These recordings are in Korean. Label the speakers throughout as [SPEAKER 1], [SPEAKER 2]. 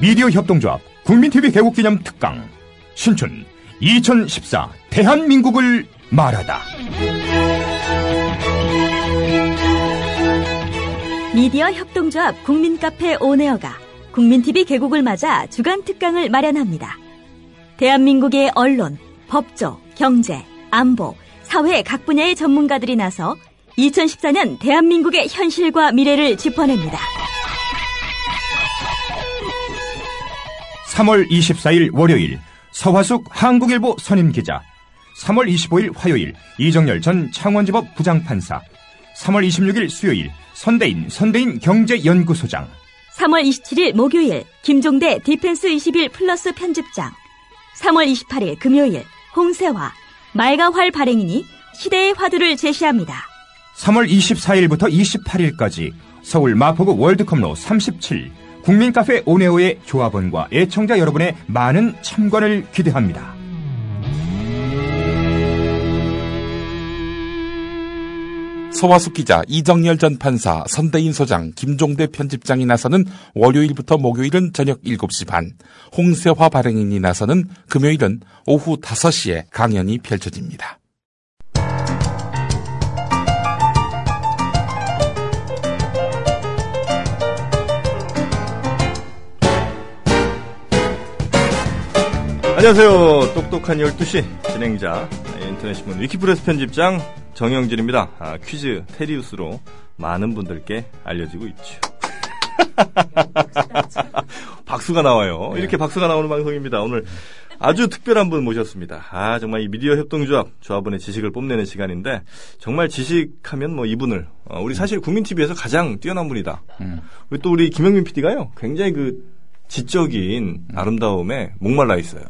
[SPEAKER 1] 미디어 협동조합 국민TV 개국기념 특강 신춘 2014 대한민국을 말하다
[SPEAKER 2] 미디어 협동조합 국민카페 온에어가 국민TV 개국을 맞아 주간 특강을 마련합니다. 대한민국의 언론, 법조, 경제, 안보, 사회 각 분야의 전문가들이 나서 2014년 대한민국의 현실과 미래를 짚어냅니다.
[SPEAKER 1] 3월 24일 월요일 서화숙 한국일보 선임기자 3월 25일 화요일 이정열 전 창원지법 부장판사 3월 26일 수요일 선대인 선대인 경제연구소장
[SPEAKER 2] 3월 27일 목요일 김종대 디펜스 21 플러스 편집장 3월 28일 금요일 홍세화 말가활 발행인이 시대의 화두를 제시합니다.
[SPEAKER 1] 3월 24일부터 28일까지 서울 마포구 월드컵로 37 국민카페 오네오의 조합원과 애청자 여러분의 많은 참관을 기대합니다.
[SPEAKER 3] 서화숙 기자, 이정열 전 판사, 선대인 소장, 김종대 편집장이 나서는 월요일부터 목요일은 저녁 7시 반, 홍세화 발행인이 나서는 금요일은 오후 5시에 강연이 펼쳐집니다.
[SPEAKER 4] 안녕하세요. 똑똑한 12시 진행자 인터넷신문 위키프레스 편집장 정영진입니다. 아, 퀴즈 테리우스로 많은 분들께 알려지고 있죠. 박수가 나와요. 이렇게 박수가 나오는 방송입니다. 오늘 아주 특별한 분 모셨습니다. 아 정말 이 미디어 협동조합 조합원의 지식을 뽐내는 시간인데 정말 지식하면 뭐 이분을 어, 우리 사실 국민 TV에서 가장 뛰어난 분이다. 우리 또 우리 김영민 PD가요. 굉장히 그 지적인 아름다움에 목말라 있어요.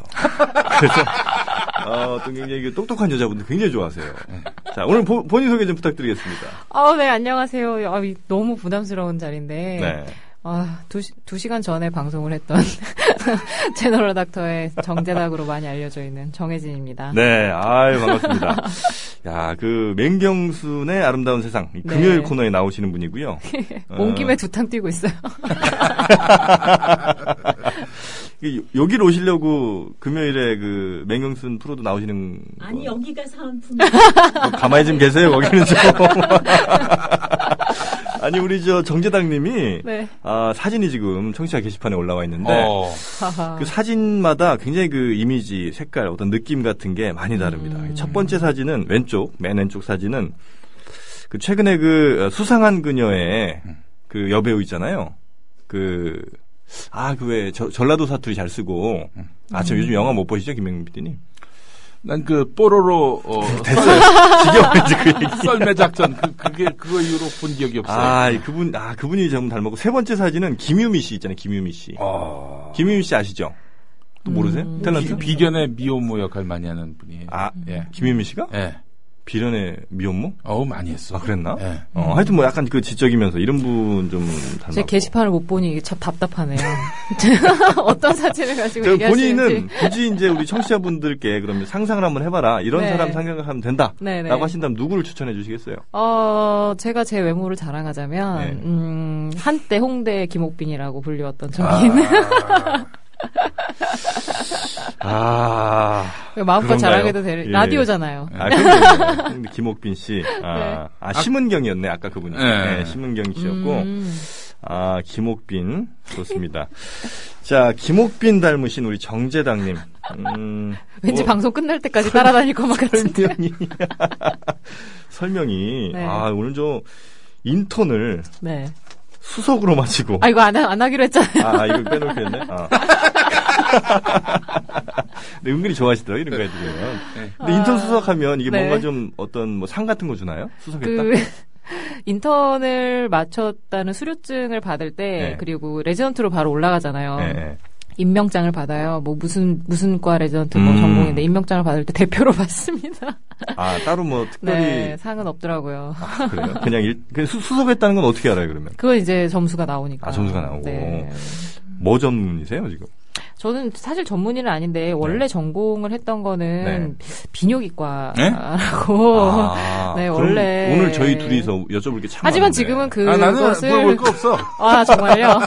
[SPEAKER 4] 그래서 어, 어떤 굉장히 그 똑똑한 여자분들 굉장히 좋아하세요. 자 오늘 보- 본인 소개 좀 부탁드리겠습니다.
[SPEAKER 5] 아, 네, 안녕하세요. 아, 이- 너무 부담스러운 자리인데.
[SPEAKER 4] 네.
[SPEAKER 5] 아, 두, 시- 두 시간 전에 방송을 했던 채널 닥터의 정대닥으로 많이 알려져 있는 정혜진입니다.
[SPEAKER 4] 네, 아유, 반갑습니다. 야, 그, 맹경순의 아름다운 세상. 이
[SPEAKER 5] 네.
[SPEAKER 4] 금요일 코너에 나오시는 분이고요.
[SPEAKER 5] 온
[SPEAKER 4] 어,
[SPEAKER 5] 김에 두탕 뛰고 있어요.
[SPEAKER 4] 이- 여기로 오시려고 금요일에 그, 맹경순 프로도 나오시는.
[SPEAKER 2] 아니
[SPEAKER 4] 거-
[SPEAKER 2] 여기가 사은품
[SPEAKER 4] 뭐 가만히 좀 계세요, 거기는 좀. 아니, 우리 저 정재당님이.
[SPEAKER 5] 네.
[SPEAKER 4] 아, 사진이 지금 청취자 게시판에 올라와 있는데.
[SPEAKER 3] 어,
[SPEAKER 5] 하하.
[SPEAKER 4] 그 사진마다 굉장히 그 이미지, 색깔, 어떤 느낌 같은 게 많이 다릅니다. 첫 번째 사진은 왼쪽, 맨 왼쪽 사진은 그 최근에 그 어, 수상한 그녀의 그 여배우 있잖아요. 그, 아, 그 왜 전라도 사투리 잘 쓰고. 아, 저 요즘 영화 못 보시죠? 김영민 PD님?
[SPEAKER 3] 난 그 뽀로로 어,
[SPEAKER 4] 됐어요. 지겨워요, 지금.
[SPEAKER 3] 썰매 작전 그, 그게 그거 이후로 본 기억이 없어요.
[SPEAKER 4] 아, 이 그분, 아, 그분이 좀 닮았고. 세 번째 사진은 김유미 씨 있잖아요, 김유미 씨. 김유미 씨 아시죠? 또 모르세요? 탤런트?
[SPEAKER 3] 비, 견의 미혼모 역할 많이 하는 분이에요.
[SPEAKER 4] 아,
[SPEAKER 3] 음. 예.
[SPEAKER 4] 김유미 씨가?
[SPEAKER 3] 예.
[SPEAKER 4] 비련의 미혼모?
[SPEAKER 3] 어우 많이 했어.
[SPEAKER 4] 아 그랬나?
[SPEAKER 3] 예.
[SPEAKER 4] 어, 하여튼 뭐 약간 그 지적이면서 이런 분 좀 닮았고.
[SPEAKER 5] 제 게시판을 못 보니 이게 참 답답하네요. 어떤 사진을 가지고
[SPEAKER 4] 저
[SPEAKER 5] 얘기하시는지.
[SPEAKER 4] 그 본인은 굳이 이제 우리 청취자분들께 그러면 상상을 한번 해봐라 이런
[SPEAKER 5] 네.
[SPEAKER 4] 사람 상상하면 된다라고
[SPEAKER 5] 네네.
[SPEAKER 4] 하신다면 누구를 추천해 주시겠어요?
[SPEAKER 5] 어, 제가 제 외모를 자랑하자면,
[SPEAKER 4] 네.
[SPEAKER 5] 음, 한때 홍대 김옥빈이라고 불리웠던 적이 있는.
[SPEAKER 4] 아,
[SPEAKER 5] 마음껏
[SPEAKER 4] 그런가요?
[SPEAKER 5] 자랑해도 될,
[SPEAKER 4] 예.
[SPEAKER 5] 라디오잖아요.
[SPEAKER 4] 아 그럼요. 근데 김옥빈 씨,
[SPEAKER 5] 네.
[SPEAKER 4] 아, 아, 심은경이었네 아까 그분이.
[SPEAKER 3] 네.
[SPEAKER 4] 네, 심은경 씨였고
[SPEAKER 5] 음.
[SPEAKER 4] 아 김옥빈 좋습니다. 자 김옥빈 닮으신 우리 정재당님. 음,
[SPEAKER 5] 왠지
[SPEAKER 4] 뭐-
[SPEAKER 5] 방송 끝날 때까지 따라다닐 것만 같은데.
[SPEAKER 4] 설명이 설명이
[SPEAKER 5] 네.
[SPEAKER 4] 아 오늘 저 인턴을
[SPEAKER 5] 네.
[SPEAKER 4] 수석으로 마치고
[SPEAKER 5] 아 이거 안, 하- 안 하기로 했잖아요.
[SPEAKER 4] 아, 이걸 빼놓겠네 아. 근데 은근히 좋아하시더라 이런 거 해주면 근데 인턴 수석하면 이게
[SPEAKER 5] 네.
[SPEAKER 4] 뭔가 좀 어떤 뭐 상 같은 거 주나요 수석했다
[SPEAKER 5] 그 인턴을 마쳤다는 수료증을 받을 때
[SPEAKER 4] 네.
[SPEAKER 5] 그리고 레지던트로 바로 올라가잖아요.
[SPEAKER 4] 예, 예.
[SPEAKER 5] 임명장을 받아요. 뭐 무슨 무슨 과 레지던트 뭐
[SPEAKER 4] 음.
[SPEAKER 5] 전공인데 임명장을 받을 때 대표로 받습니다.
[SPEAKER 4] 아 따로 뭐 특별히
[SPEAKER 5] 네, 상은 없더라고요.
[SPEAKER 4] 아, 그래요 그냥 일, 그냥 수, 수석했다는 건 어떻게 알아요 그러면
[SPEAKER 5] 그건 이제 점수가 나오니까.
[SPEAKER 4] 아, 점수가 나오고.
[SPEAKER 5] 네.
[SPEAKER 4] 뭐 전문이세요 지금
[SPEAKER 5] 저는 사실 전문의는
[SPEAKER 4] 네.
[SPEAKER 5] 아닌데 원래 전공을 했던 거는
[SPEAKER 3] 네?
[SPEAKER 5] 비뇨기과라고.
[SPEAKER 4] 아,
[SPEAKER 5] 어. 네,
[SPEAKER 4] 그럼
[SPEAKER 5] 원래.
[SPEAKER 4] 오늘 저희 둘이서 여쭤볼 게 참
[SPEAKER 5] 하지만
[SPEAKER 4] 많은데.
[SPEAKER 5] 지금은 그
[SPEAKER 4] 뭐,
[SPEAKER 3] 아, 나는
[SPEAKER 5] 그것을
[SPEAKER 3] 물어볼 거 없어.
[SPEAKER 5] 아 정말요?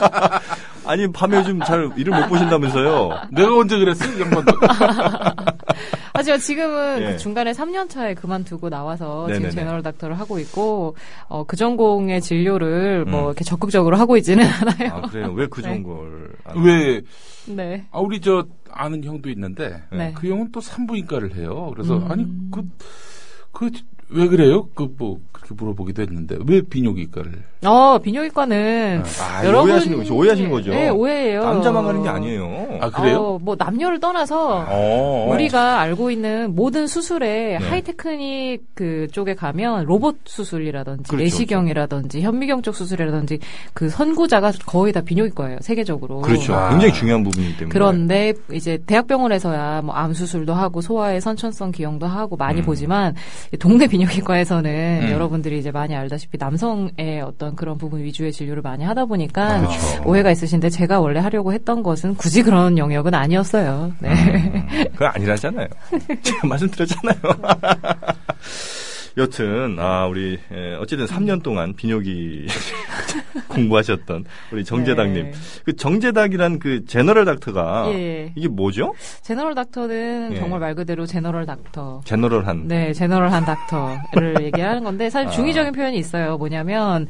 [SPEAKER 4] 아니 밤에 요즘 잘 일을 못 보신다면서요.
[SPEAKER 3] 내가 언제 그랬어? 이 양반도.
[SPEAKER 5] 하지만 지금은
[SPEAKER 4] 예.
[SPEAKER 5] 그 중간에 3년 차에 그만두고 나와서
[SPEAKER 4] 네네네.
[SPEAKER 5] 지금 제너럴 닥터를 하고 있고 어, 그 전공의 진료를
[SPEAKER 4] 음.
[SPEAKER 5] 뭐 이렇게 적극적으로 하고 있지는 않아요.
[SPEAKER 4] 아 그래요? 왜 그 좋은 걸? 안-
[SPEAKER 3] 왜,
[SPEAKER 5] 네.
[SPEAKER 3] 아, 우리 저 아는 형도 있는데,
[SPEAKER 5] 네.
[SPEAKER 3] 그 형은 또 산부인과를 해요. 그래서,
[SPEAKER 5] 음.
[SPEAKER 3] 아니, 그, 그, 왜 그래요? 그, 뭐, 그렇게 물어보기도 했는데, 왜 비뇨기과를?
[SPEAKER 5] 어 비뇨기과는
[SPEAKER 4] 아,
[SPEAKER 5] 여러
[SPEAKER 4] 오해하시는
[SPEAKER 5] 분이-
[SPEAKER 4] 거죠. 오해하시는 거죠.
[SPEAKER 5] 네, 오해예요.
[SPEAKER 4] 남자만 가는 게 아니에요.
[SPEAKER 3] 아, 그래요?
[SPEAKER 5] 어, 뭐 남녀를 떠나서
[SPEAKER 3] 어.
[SPEAKER 5] 우리가 알고 있는 모든
[SPEAKER 4] 네.
[SPEAKER 5] 수술에 하이테크닉 그 쪽에 가면 로봇 수술이라든지
[SPEAKER 4] 그렇죠,
[SPEAKER 5] 내시경이라든지 현미경 쪽 수술이라든지 그 선구자가 거의 다 비뇨기과예요 세계적으로.
[SPEAKER 4] 그렇죠.
[SPEAKER 3] 아.
[SPEAKER 4] 굉장히 중요한 부분이기 때문에.
[SPEAKER 5] 어, 그런데 이제 대학병원에서야 뭐 암 수술도 하고 소아의 선천성 기형도 하고 많이
[SPEAKER 4] 음.
[SPEAKER 5] 보지만 동네 비뇨기과에서는
[SPEAKER 4] 음.
[SPEAKER 5] 여러분들이 이제 많이 알다시피 남성의 어떤 그런 부분 위주의 진료를 많이 하다 보니까
[SPEAKER 4] 그렇죠.
[SPEAKER 5] 오해가 있으신데 제가 원래 하려고 했던 것은 굳이 그런 영역은 아니었어요. 네.
[SPEAKER 4] 음. 그건 아니라잖아요. 제가 말씀드렸잖아요. 여튼 아 우리 에, 어쨌든 3년 동안 비뇨기 공부하셨던 우리 정재닥님.
[SPEAKER 5] 네.
[SPEAKER 4] 그 정재닥이란 그 제너럴 닥터가
[SPEAKER 5] 예.
[SPEAKER 4] 이게 뭐죠?
[SPEAKER 5] 제너럴 닥터는
[SPEAKER 4] 예.
[SPEAKER 5] 정말 말 그대로 제너럴 닥터.
[SPEAKER 4] 제너럴한.
[SPEAKER 5] 네, 제너럴한 닥터를 얘기하는 건데 사실
[SPEAKER 4] 아.
[SPEAKER 5] 중의적인 표현이 있어요. 뭐냐면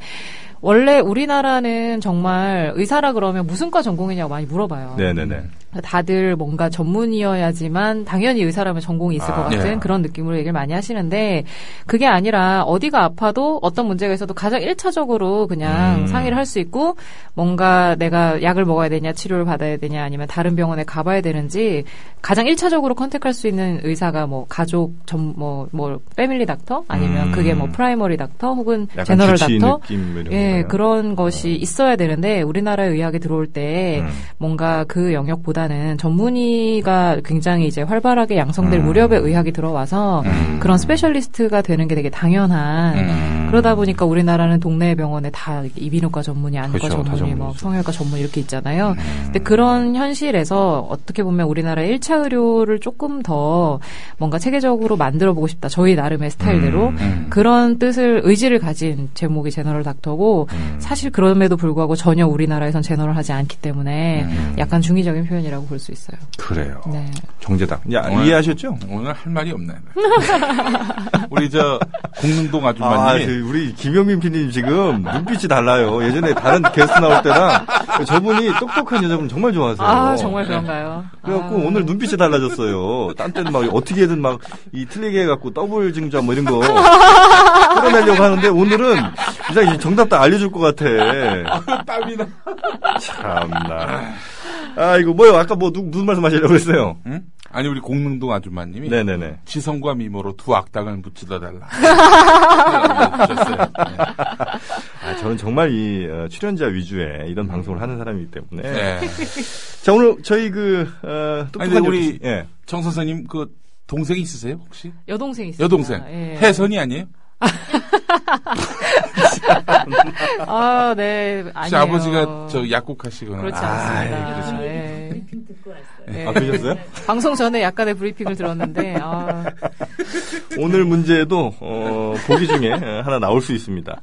[SPEAKER 5] 원래 우리나라는 정말 의사라 그러면 무슨 과 전공이냐고 많이 물어봐요.
[SPEAKER 4] 네네네.
[SPEAKER 5] 다들 뭔가 전문이어야지만 당연히 의사라면 전공이 있을
[SPEAKER 4] 아,
[SPEAKER 5] 것 같은
[SPEAKER 3] 예.
[SPEAKER 5] 그런 느낌으로 얘기를 많이 하시는데 그게 아니라 어디가 아파도 어떤 문제가 있어도 가장 일차적으로 그냥
[SPEAKER 4] 음.
[SPEAKER 5] 상의를 할 수 있고 뭔가 내가 약을 먹어야 되냐 치료를 받아야 되냐 아니면 다른 병원에 가봐야 되는지 가장 일차적으로 컨택할 수 있는 의사가 뭐 가족 전뭐뭐 패밀리 닥터 아니면
[SPEAKER 4] 음.
[SPEAKER 5] 그게 뭐 프라이머리 닥터 혹은
[SPEAKER 4] 약간
[SPEAKER 5] 제너럴
[SPEAKER 4] 주치의
[SPEAKER 5] 닥터
[SPEAKER 4] 느낌 이런
[SPEAKER 5] 예,
[SPEAKER 4] 건가요?
[SPEAKER 5] 그런 것이 있어야 되는데 우리나라 의학에 들어올 때
[SPEAKER 4] 음.
[SPEAKER 5] 뭔가 그 영역보다는 전문의가 굉장히 이제 활발하게 양성될
[SPEAKER 4] 음.
[SPEAKER 5] 무렵에 의학이 들어와서
[SPEAKER 4] 음.
[SPEAKER 5] 그런 스페셜리스트가 되는 게 되게 당연한
[SPEAKER 4] 음.
[SPEAKER 5] 그러다 보니까 우리나라는 동네 병원에 다 이비인후과 전문의, 안과
[SPEAKER 3] 그렇죠. 다
[SPEAKER 5] 전문의, 뭐
[SPEAKER 3] 전문의죠. 음.
[SPEAKER 5] 성형외과 전문의 이렇게 있잖아요. 근데 그런 현실에서 어떻게 보면 우리나라의 1차 의료를 조금 더 뭔가 체계적으로 만들어 보고 싶다. 저희 나름의 스타일대로
[SPEAKER 4] 음.
[SPEAKER 5] 그런 뜻을 의지를 가진 제목이 제너럴 닥터고
[SPEAKER 3] 음.
[SPEAKER 5] 사실 그럼에도 불구하고 전혀 우리나라에선 제너럴 하지 않기 때문에
[SPEAKER 4] 음.
[SPEAKER 5] 약간 중의적인 표현이라고 볼 수 있어요.
[SPEAKER 3] 그래요.
[SPEAKER 5] 네.
[SPEAKER 4] 정재닥. 야,
[SPEAKER 3] 정말-
[SPEAKER 4] 이해하셨죠?
[SPEAKER 3] 오늘 할 말이 없네. 우리 저, 공릉동
[SPEAKER 4] 아,
[SPEAKER 3] 아줌마님이.
[SPEAKER 4] 그 우리 김영민 PD님 지금 눈빛이 달라요. 예전에 다른 게스트 나올 때랑 저분이 똑똑한 여자분 정말 좋아하세요.
[SPEAKER 3] 어.
[SPEAKER 5] 아 정말
[SPEAKER 3] 네.
[SPEAKER 5] 그런가요?
[SPEAKER 4] 그래갖고
[SPEAKER 5] 아.
[SPEAKER 4] 오늘 눈빛이 달라졌어요. 딴 때는 막 어떻게든 막 이 틀리게 해갖고 더블 증자 뭐 이런 거 끌어내려고 하는데 오늘은 이제 정답 다 알려줄 것 같아. 그
[SPEAKER 3] 땀이 나.
[SPEAKER 4] 참나. 아 이거 뭐요? 아까 뭐 누, 무슨 말씀하시려고 그랬어요?
[SPEAKER 3] 응? 아니, 우리 공릉동 아줌마님이.
[SPEAKER 4] 네네네.
[SPEAKER 3] 지성과 미모로 두 악당을 묻히다 달라. 그래가지고 붙였어요.
[SPEAKER 4] 아 저는 정말 이 어, 출연자 위주의 이런 방송을 하는 사람이기 때문에.
[SPEAKER 3] 네. 네.
[SPEAKER 4] 자 오늘 저희 그 어,
[SPEAKER 3] 아니, 근데
[SPEAKER 4] 똑똑한
[SPEAKER 3] 우리
[SPEAKER 4] 여기- 예.
[SPEAKER 3] 정 선생님 그 동생 있으세요 혹시?
[SPEAKER 5] 여동생 예. 있어요.
[SPEAKER 3] 여동생 혜선이 아니에요?
[SPEAKER 5] 아, 네.
[SPEAKER 3] 혹시
[SPEAKER 5] 아니에요.
[SPEAKER 3] 아버지가저 약국하시거나
[SPEAKER 5] 그렇지
[SPEAKER 3] 아,
[SPEAKER 5] 않습니다.
[SPEAKER 4] 아이,
[SPEAKER 2] 그렇지.
[SPEAKER 5] 예. 예.
[SPEAKER 4] 아 그러셨어요?
[SPEAKER 5] 방송 전에 약간의 브리핑을 들었는데 아,
[SPEAKER 4] 오늘 문제도 어, 보기 중에 하나 나올 수 있습니다.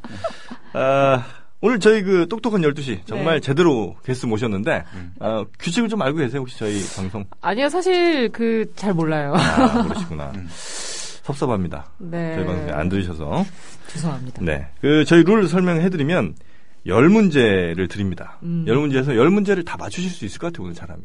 [SPEAKER 4] 아, 오늘 저희 그 똑똑한 12시 정말
[SPEAKER 5] 네.
[SPEAKER 4] 제대로 게스트 모셨는데 아, 규칙을 좀 알고 계세요 혹시 저희 방송?
[SPEAKER 5] 아니요 사실 그 잘 몰라요.
[SPEAKER 4] 아 모르시구나.
[SPEAKER 3] 음.
[SPEAKER 4] 섭섭합니다.
[SPEAKER 5] 네.
[SPEAKER 4] 저희 방송에 안 들으셔서.
[SPEAKER 5] 죄송합니다.
[SPEAKER 4] 네. 그 저희 룰 설명해드리면 열 문제를 드립니다.
[SPEAKER 5] 음.
[SPEAKER 4] 열 문제에서 열 문제를 다 맞추실 수 있을 것 같아요 오늘 잘하면.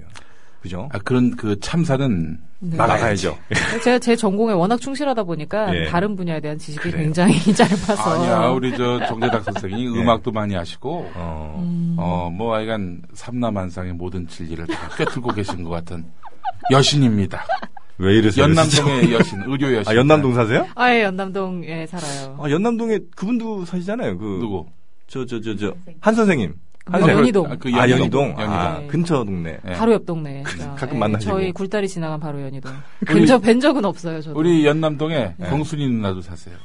[SPEAKER 4] 그죠?
[SPEAKER 3] 아, 그런 그 참사는
[SPEAKER 5] 네.
[SPEAKER 3] 막아야죠.
[SPEAKER 5] 제가 제 전공에 워낙 충실하다 보니까
[SPEAKER 4] 예. 다른
[SPEAKER 5] 다른 분야에 대한 지식이
[SPEAKER 4] 그래요.
[SPEAKER 5] 굉장히 짧아서
[SPEAKER 3] 아니야 우리 저 정재닥 선생이
[SPEAKER 4] 네.
[SPEAKER 3] 음악도 많이 하시고
[SPEAKER 4] 어.
[SPEAKER 5] 음.
[SPEAKER 3] 어뭐 하여간 삼남한상의 모든 진리를 다 꿰뚫고 계신 것 같은 여신입니다.
[SPEAKER 4] 왜 이러세요?
[SPEAKER 3] 연남동의 여신, 의료 여신.
[SPEAKER 4] 아 연남동 사세요?
[SPEAKER 5] 아예 연남동에 살아요.
[SPEAKER 4] 아 연남동에 그분도 사시잖아요. 그
[SPEAKER 3] 누구?
[SPEAKER 4] 저 저 저 저 한 선생님. 한
[SPEAKER 5] 아,
[SPEAKER 4] 선생님.
[SPEAKER 5] 연희동.
[SPEAKER 3] 아, 그
[SPEAKER 4] 아 연희동.
[SPEAKER 3] 연희동.
[SPEAKER 4] 아
[SPEAKER 5] 네.
[SPEAKER 4] 근처 동네.
[SPEAKER 3] 예.
[SPEAKER 5] 바로 옆 동네에. 아, 예,
[SPEAKER 4] 가끔 만나시고.
[SPEAKER 5] 저희 굴다리 지나간 바로 연희동.
[SPEAKER 3] 우리-
[SPEAKER 5] 근처 뵌 적은 없어요. 저도.
[SPEAKER 3] 우리 연남동에
[SPEAKER 4] 네.
[SPEAKER 3] 경순이 누나도 사세요.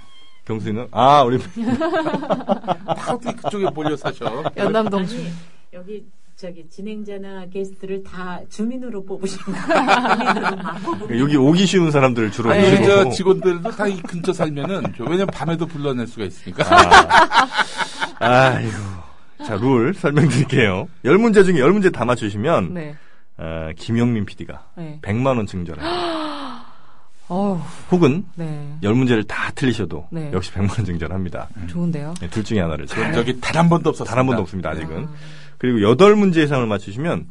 [SPEAKER 4] 경수는 아 우리
[SPEAKER 3] 바로 그쪽에 몰려 사셔.
[SPEAKER 5] 연남동 주-
[SPEAKER 6] 아니 여기 저기 진행자나 게스트를 다 주민으로 뽑으신 거예요. 주민으로 막 뽑으신
[SPEAKER 4] 여기 오기 쉬운 사람들을 주로
[SPEAKER 5] 네.
[SPEAKER 3] 우리 저
[SPEAKER 4] 모시고.
[SPEAKER 3] 직원들도 다 이 근처 살면은 저- 왜냐면 밤에도 불러낼 수가 있으니까.
[SPEAKER 4] 아. 아이고 자, 룰 설명드릴게요. 열문제 중에 열문제다 맞추시면
[SPEAKER 5] 네.
[SPEAKER 4] 어, 김용민 PD가
[SPEAKER 5] 네.
[SPEAKER 4] 100만 원 증전합니다.
[SPEAKER 5] 어우,
[SPEAKER 4] 혹은
[SPEAKER 5] 네.
[SPEAKER 4] 열문제를다 틀리셔도
[SPEAKER 5] 네.
[SPEAKER 4] 역시 100만 원 증전합니다.
[SPEAKER 5] 좋은데요.
[SPEAKER 4] 네, 둘 중에 하나를
[SPEAKER 3] 본
[SPEAKER 4] 단
[SPEAKER 3] 적이 단 한 번도 없었어요.
[SPEAKER 4] 한 번도 없습니다. 아직은.
[SPEAKER 3] 음.
[SPEAKER 4] 그리고 여덟 문제 이상을 맞추시면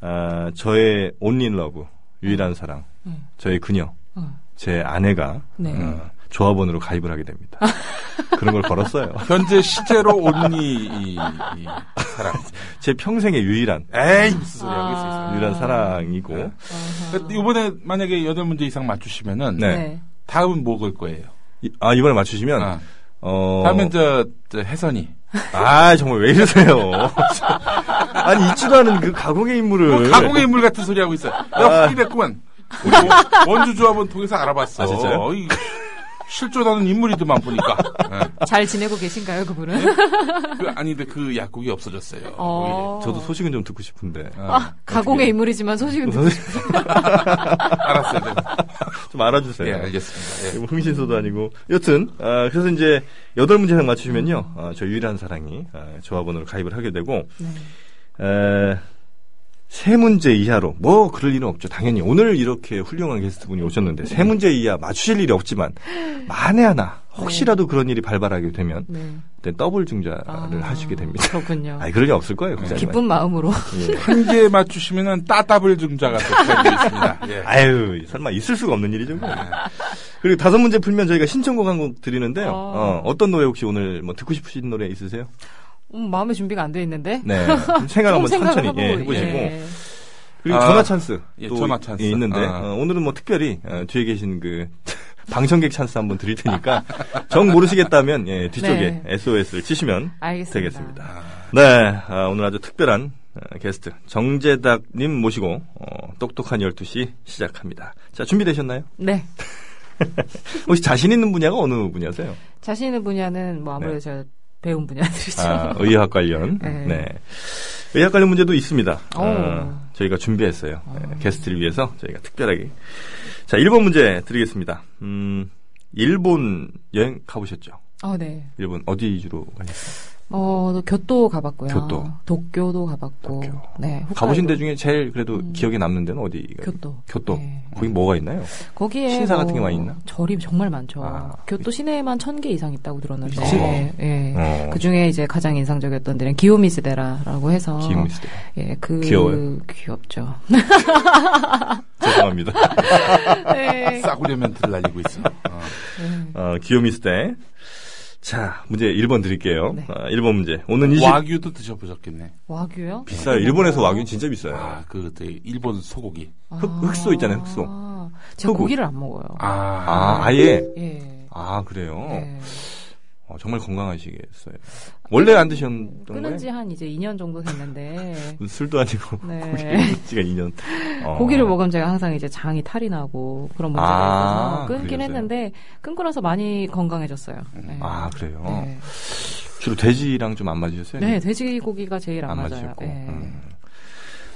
[SPEAKER 4] 아, 저의 온린러브
[SPEAKER 3] 음.
[SPEAKER 4] 유일한 사랑
[SPEAKER 5] 네.
[SPEAKER 4] 저의 그녀
[SPEAKER 5] 어.
[SPEAKER 4] 제 아내가
[SPEAKER 5] 네.
[SPEAKER 4] 어, 조합원으로 가입을 하게 됩니다. 그런 걸 걸었어요.
[SPEAKER 3] 현재 실제로 온니 이- 이 사람.
[SPEAKER 4] 제 평생의 유일한
[SPEAKER 3] 에이 무슨 소리 하고
[SPEAKER 5] 아.
[SPEAKER 3] 있어요.
[SPEAKER 4] 유일한 사랑이고
[SPEAKER 3] 네. 그러니까 이번에 만약에 여덟 문제 이상 맞추시면은
[SPEAKER 4] 네.
[SPEAKER 3] 다음은 먹을 거예요.
[SPEAKER 4] 이- 아 이번에 맞추시면
[SPEAKER 3] 아,
[SPEAKER 4] 어,
[SPEAKER 3] 다음엔 저, 저 해선이.
[SPEAKER 4] 아 정말 왜 이러세요? 아니 잊지도 않은 그 가공의 인물을
[SPEAKER 3] 뭐 가공의 인물 같은 소리 하고 있어요.
[SPEAKER 4] 아.
[SPEAKER 3] 나 후기됐구만. 우리 원주 조합원 통해서 알아봤어.
[SPEAKER 4] 아, 진짜요?
[SPEAKER 3] 어이, 실존하는 인물이더만 보니까. 예.
[SPEAKER 5] 잘 지내고 계신가요, 그분은?
[SPEAKER 4] 네.
[SPEAKER 3] 그, 아니, 근데 그 약국이 없어졌어요.
[SPEAKER 5] 어. 아,
[SPEAKER 4] 저도 소식은 좀 듣고 싶은데
[SPEAKER 3] 예. 어,
[SPEAKER 5] 가공의 인물이지만 소식은 듣고 싶-
[SPEAKER 3] 알았어요. 네.
[SPEAKER 4] 좀 알아주세요.
[SPEAKER 3] 예, 알겠습니다. 예.
[SPEAKER 4] 뭐 흥신소도 아니고. 여튼, 아, 그래서 이제 여덟 문제 이상 맞추시면요. 아, 저 유일한 사랑이 아, 조합원으로 가입을 하게 되고,
[SPEAKER 5] 네.
[SPEAKER 4] 에, 세 문제 이하로, 뭐, 그럴 일은 없죠. 당연히. 오늘 이렇게 훌륭한 게스트분이 오셨는데, 세 문제 이하 맞추실 일이 없지만, 만에 하나, 혹시라도 그런 일이 발발하게 되면,
[SPEAKER 5] 네.
[SPEAKER 4] 그때 더블 증자를
[SPEAKER 5] 아,
[SPEAKER 4] 하시게 됩니다.
[SPEAKER 5] 그렇군요.
[SPEAKER 4] 아, 그럴 일 없을 거예요. 그 자리만.
[SPEAKER 5] 기쁜 마음으로.
[SPEAKER 4] 예.
[SPEAKER 3] 한 개 맞추시면은 따따블 증자가 되겠습니다. 예.
[SPEAKER 4] 네. 아유, 설마 있을 수가 없는 일이죠. 그건. 그리고 다섯 문제 풀면 저희가 신청곡 한 곡 드리는데요.
[SPEAKER 5] 아.
[SPEAKER 4] 어, 어떤 노래 혹시 오늘 뭐 듣고 싶으신 노래 있으세요?
[SPEAKER 5] 음, 마음의 준비가 안 돼 있는데.
[SPEAKER 4] 네. 좀 생각
[SPEAKER 5] 조금
[SPEAKER 4] 한번 천천히
[SPEAKER 5] 생각을
[SPEAKER 4] 예,
[SPEAKER 5] 해보고,
[SPEAKER 4] 해보시고.
[SPEAKER 5] 예.
[SPEAKER 4] 그리고
[SPEAKER 3] 아,
[SPEAKER 4] 전화 찬스.
[SPEAKER 3] 예,
[SPEAKER 4] 또
[SPEAKER 3] 전화 찬스.
[SPEAKER 4] 예, 있는데,
[SPEAKER 3] 아.
[SPEAKER 4] 어, 오늘은 뭐 특별히 어, 뒤에 계신 그 방청객 찬스 한번 드릴 테니까 정 모르시겠다면 예, 뒤쪽에
[SPEAKER 5] 네.
[SPEAKER 4] SOS를 치시면
[SPEAKER 5] 알겠습니다.
[SPEAKER 4] 되겠습니다. 네. 아, 오늘 아주 특별한 어, 게스트 정재닥님 모시고 어, 똑똑한 12시 시작합니다. 자, 준비되셨나요?
[SPEAKER 5] 네.
[SPEAKER 4] 혹시 자신 있는 분야가 어느 분야세요?
[SPEAKER 5] 자신 있는 분야는 뭐 아무래도
[SPEAKER 4] 네.
[SPEAKER 5] 제가 배운 분야들이죠.
[SPEAKER 4] 아, 의학 관련. 네.
[SPEAKER 5] 네.
[SPEAKER 4] 의학 관련 문제도 있습니다.
[SPEAKER 5] 오.
[SPEAKER 4] 어, 저희가 준비했어요. 네, 게스트를 위해서 저희가 특별하게. 자, 1번 문제 드리겠습니다. 음, 일본 여행 가보셨죠?
[SPEAKER 5] 어, 네.
[SPEAKER 4] 일본 어디 주로 가셨어요?
[SPEAKER 5] 어, 교토 가봤고요.
[SPEAKER 4] 교토.
[SPEAKER 5] 도쿄도 가봤고. 네. 홋카이도.
[SPEAKER 4] 가보신 데 중에 제일 그래도
[SPEAKER 5] 음.
[SPEAKER 4] 기억에 남는 데는 어디가?
[SPEAKER 5] 교토.
[SPEAKER 4] 교토.
[SPEAKER 5] 네.
[SPEAKER 4] 거기 뭐가 있나요?
[SPEAKER 5] 거기에
[SPEAKER 4] 신사
[SPEAKER 5] 뭐
[SPEAKER 4] 같은 게 많이 있나?
[SPEAKER 5] 절이 정말 많죠.
[SPEAKER 4] 아.
[SPEAKER 5] 교토 시내에만 천 개 이상 있다고 들었는데.
[SPEAKER 4] 미치?
[SPEAKER 5] 예. 예.
[SPEAKER 4] 어,
[SPEAKER 5] 그 중에 이제 가장 인상적이었던 데는 기요미스데라라고 해서
[SPEAKER 4] 기요미스데.
[SPEAKER 5] 예, 그
[SPEAKER 4] 귀여워요?
[SPEAKER 5] 귀엽죠.
[SPEAKER 4] 죄송합니다.
[SPEAKER 5] 네.
[SPEAKER 3] 싸구려 멘트를 날리고 있어. 어.
[SPEAKER 5] 음.
[SPEAKER 4] 어, 기요미스데. 자, 문제 1번 드릴게요.
[SPEAKER 5] 네.
[SPEAKER 4] 아, 1번 문제. 오는 20.
[SPEAKER 3] 와규도 드셔보셨겠네.
[SPEAKER 5] 와규요?
[SPEAKER 4] 비싸요. 일본에서 와규는 진짜 비싸요.
[SPEAKER 3] 아, 그, 그 일본 소고기.
[SPEAKER 4] 흑- 흑소 있잖아요, 흑소.
[SPEAKER 5] 아, 제가
[SPEAKER 4] 흑우.
[SPEAKER 5] 고기를 안 먹어요.
[SPEAKER 4] 아, 아예?
[SPEAKER 5] 예.
[SPEAKER 4] 아, 그래요?
[SPEAKER 5] 예.
[SPEAKER 4] 어, 정말 건강하시겠어요. 원래 안 드셨던
[SPEAKER 5] 끊은
[SPEAKER 4] 거예요?
[SPEAKER 5] 지 한 이제 2년 정도 됐는데
[SPEAKER 4] 술도 아니고
[SPEAKER 5] 네.
[SPEAKER 4] 고기가 2년. 어.
[SPEAKER 5] 고기를 먹으면 제가 항상 이제 장이 탈이 나고 그런 문제가
[SPEAKER 4] 아,
[SPEAKER 5] 있어서 끊긴
[SPEAKER 4] 그러셨어요?
[SPEAKER 5] 했는데 끊고 나서 많이 건강해졌어요. 네.
[SPEAKER 4] 아 그래요.
[SPEAKER 5] 네.
[SPEAKER 4] 주로 돼지랑 좀 안 맞으셨어요?
[SPEAKER 5] 네, 돼지고기가 제일
[SPEAKER 4] 음.
[SPEAKER 5] 안,
[SPEAKER 4] 안
[SPEAKER 5] 맞아요.
[SPEAKER 4] 맞으셨고.
[SPEAKER 5] 예.
[SPEAKER 4] 음.
[SPEAKER 5] 네.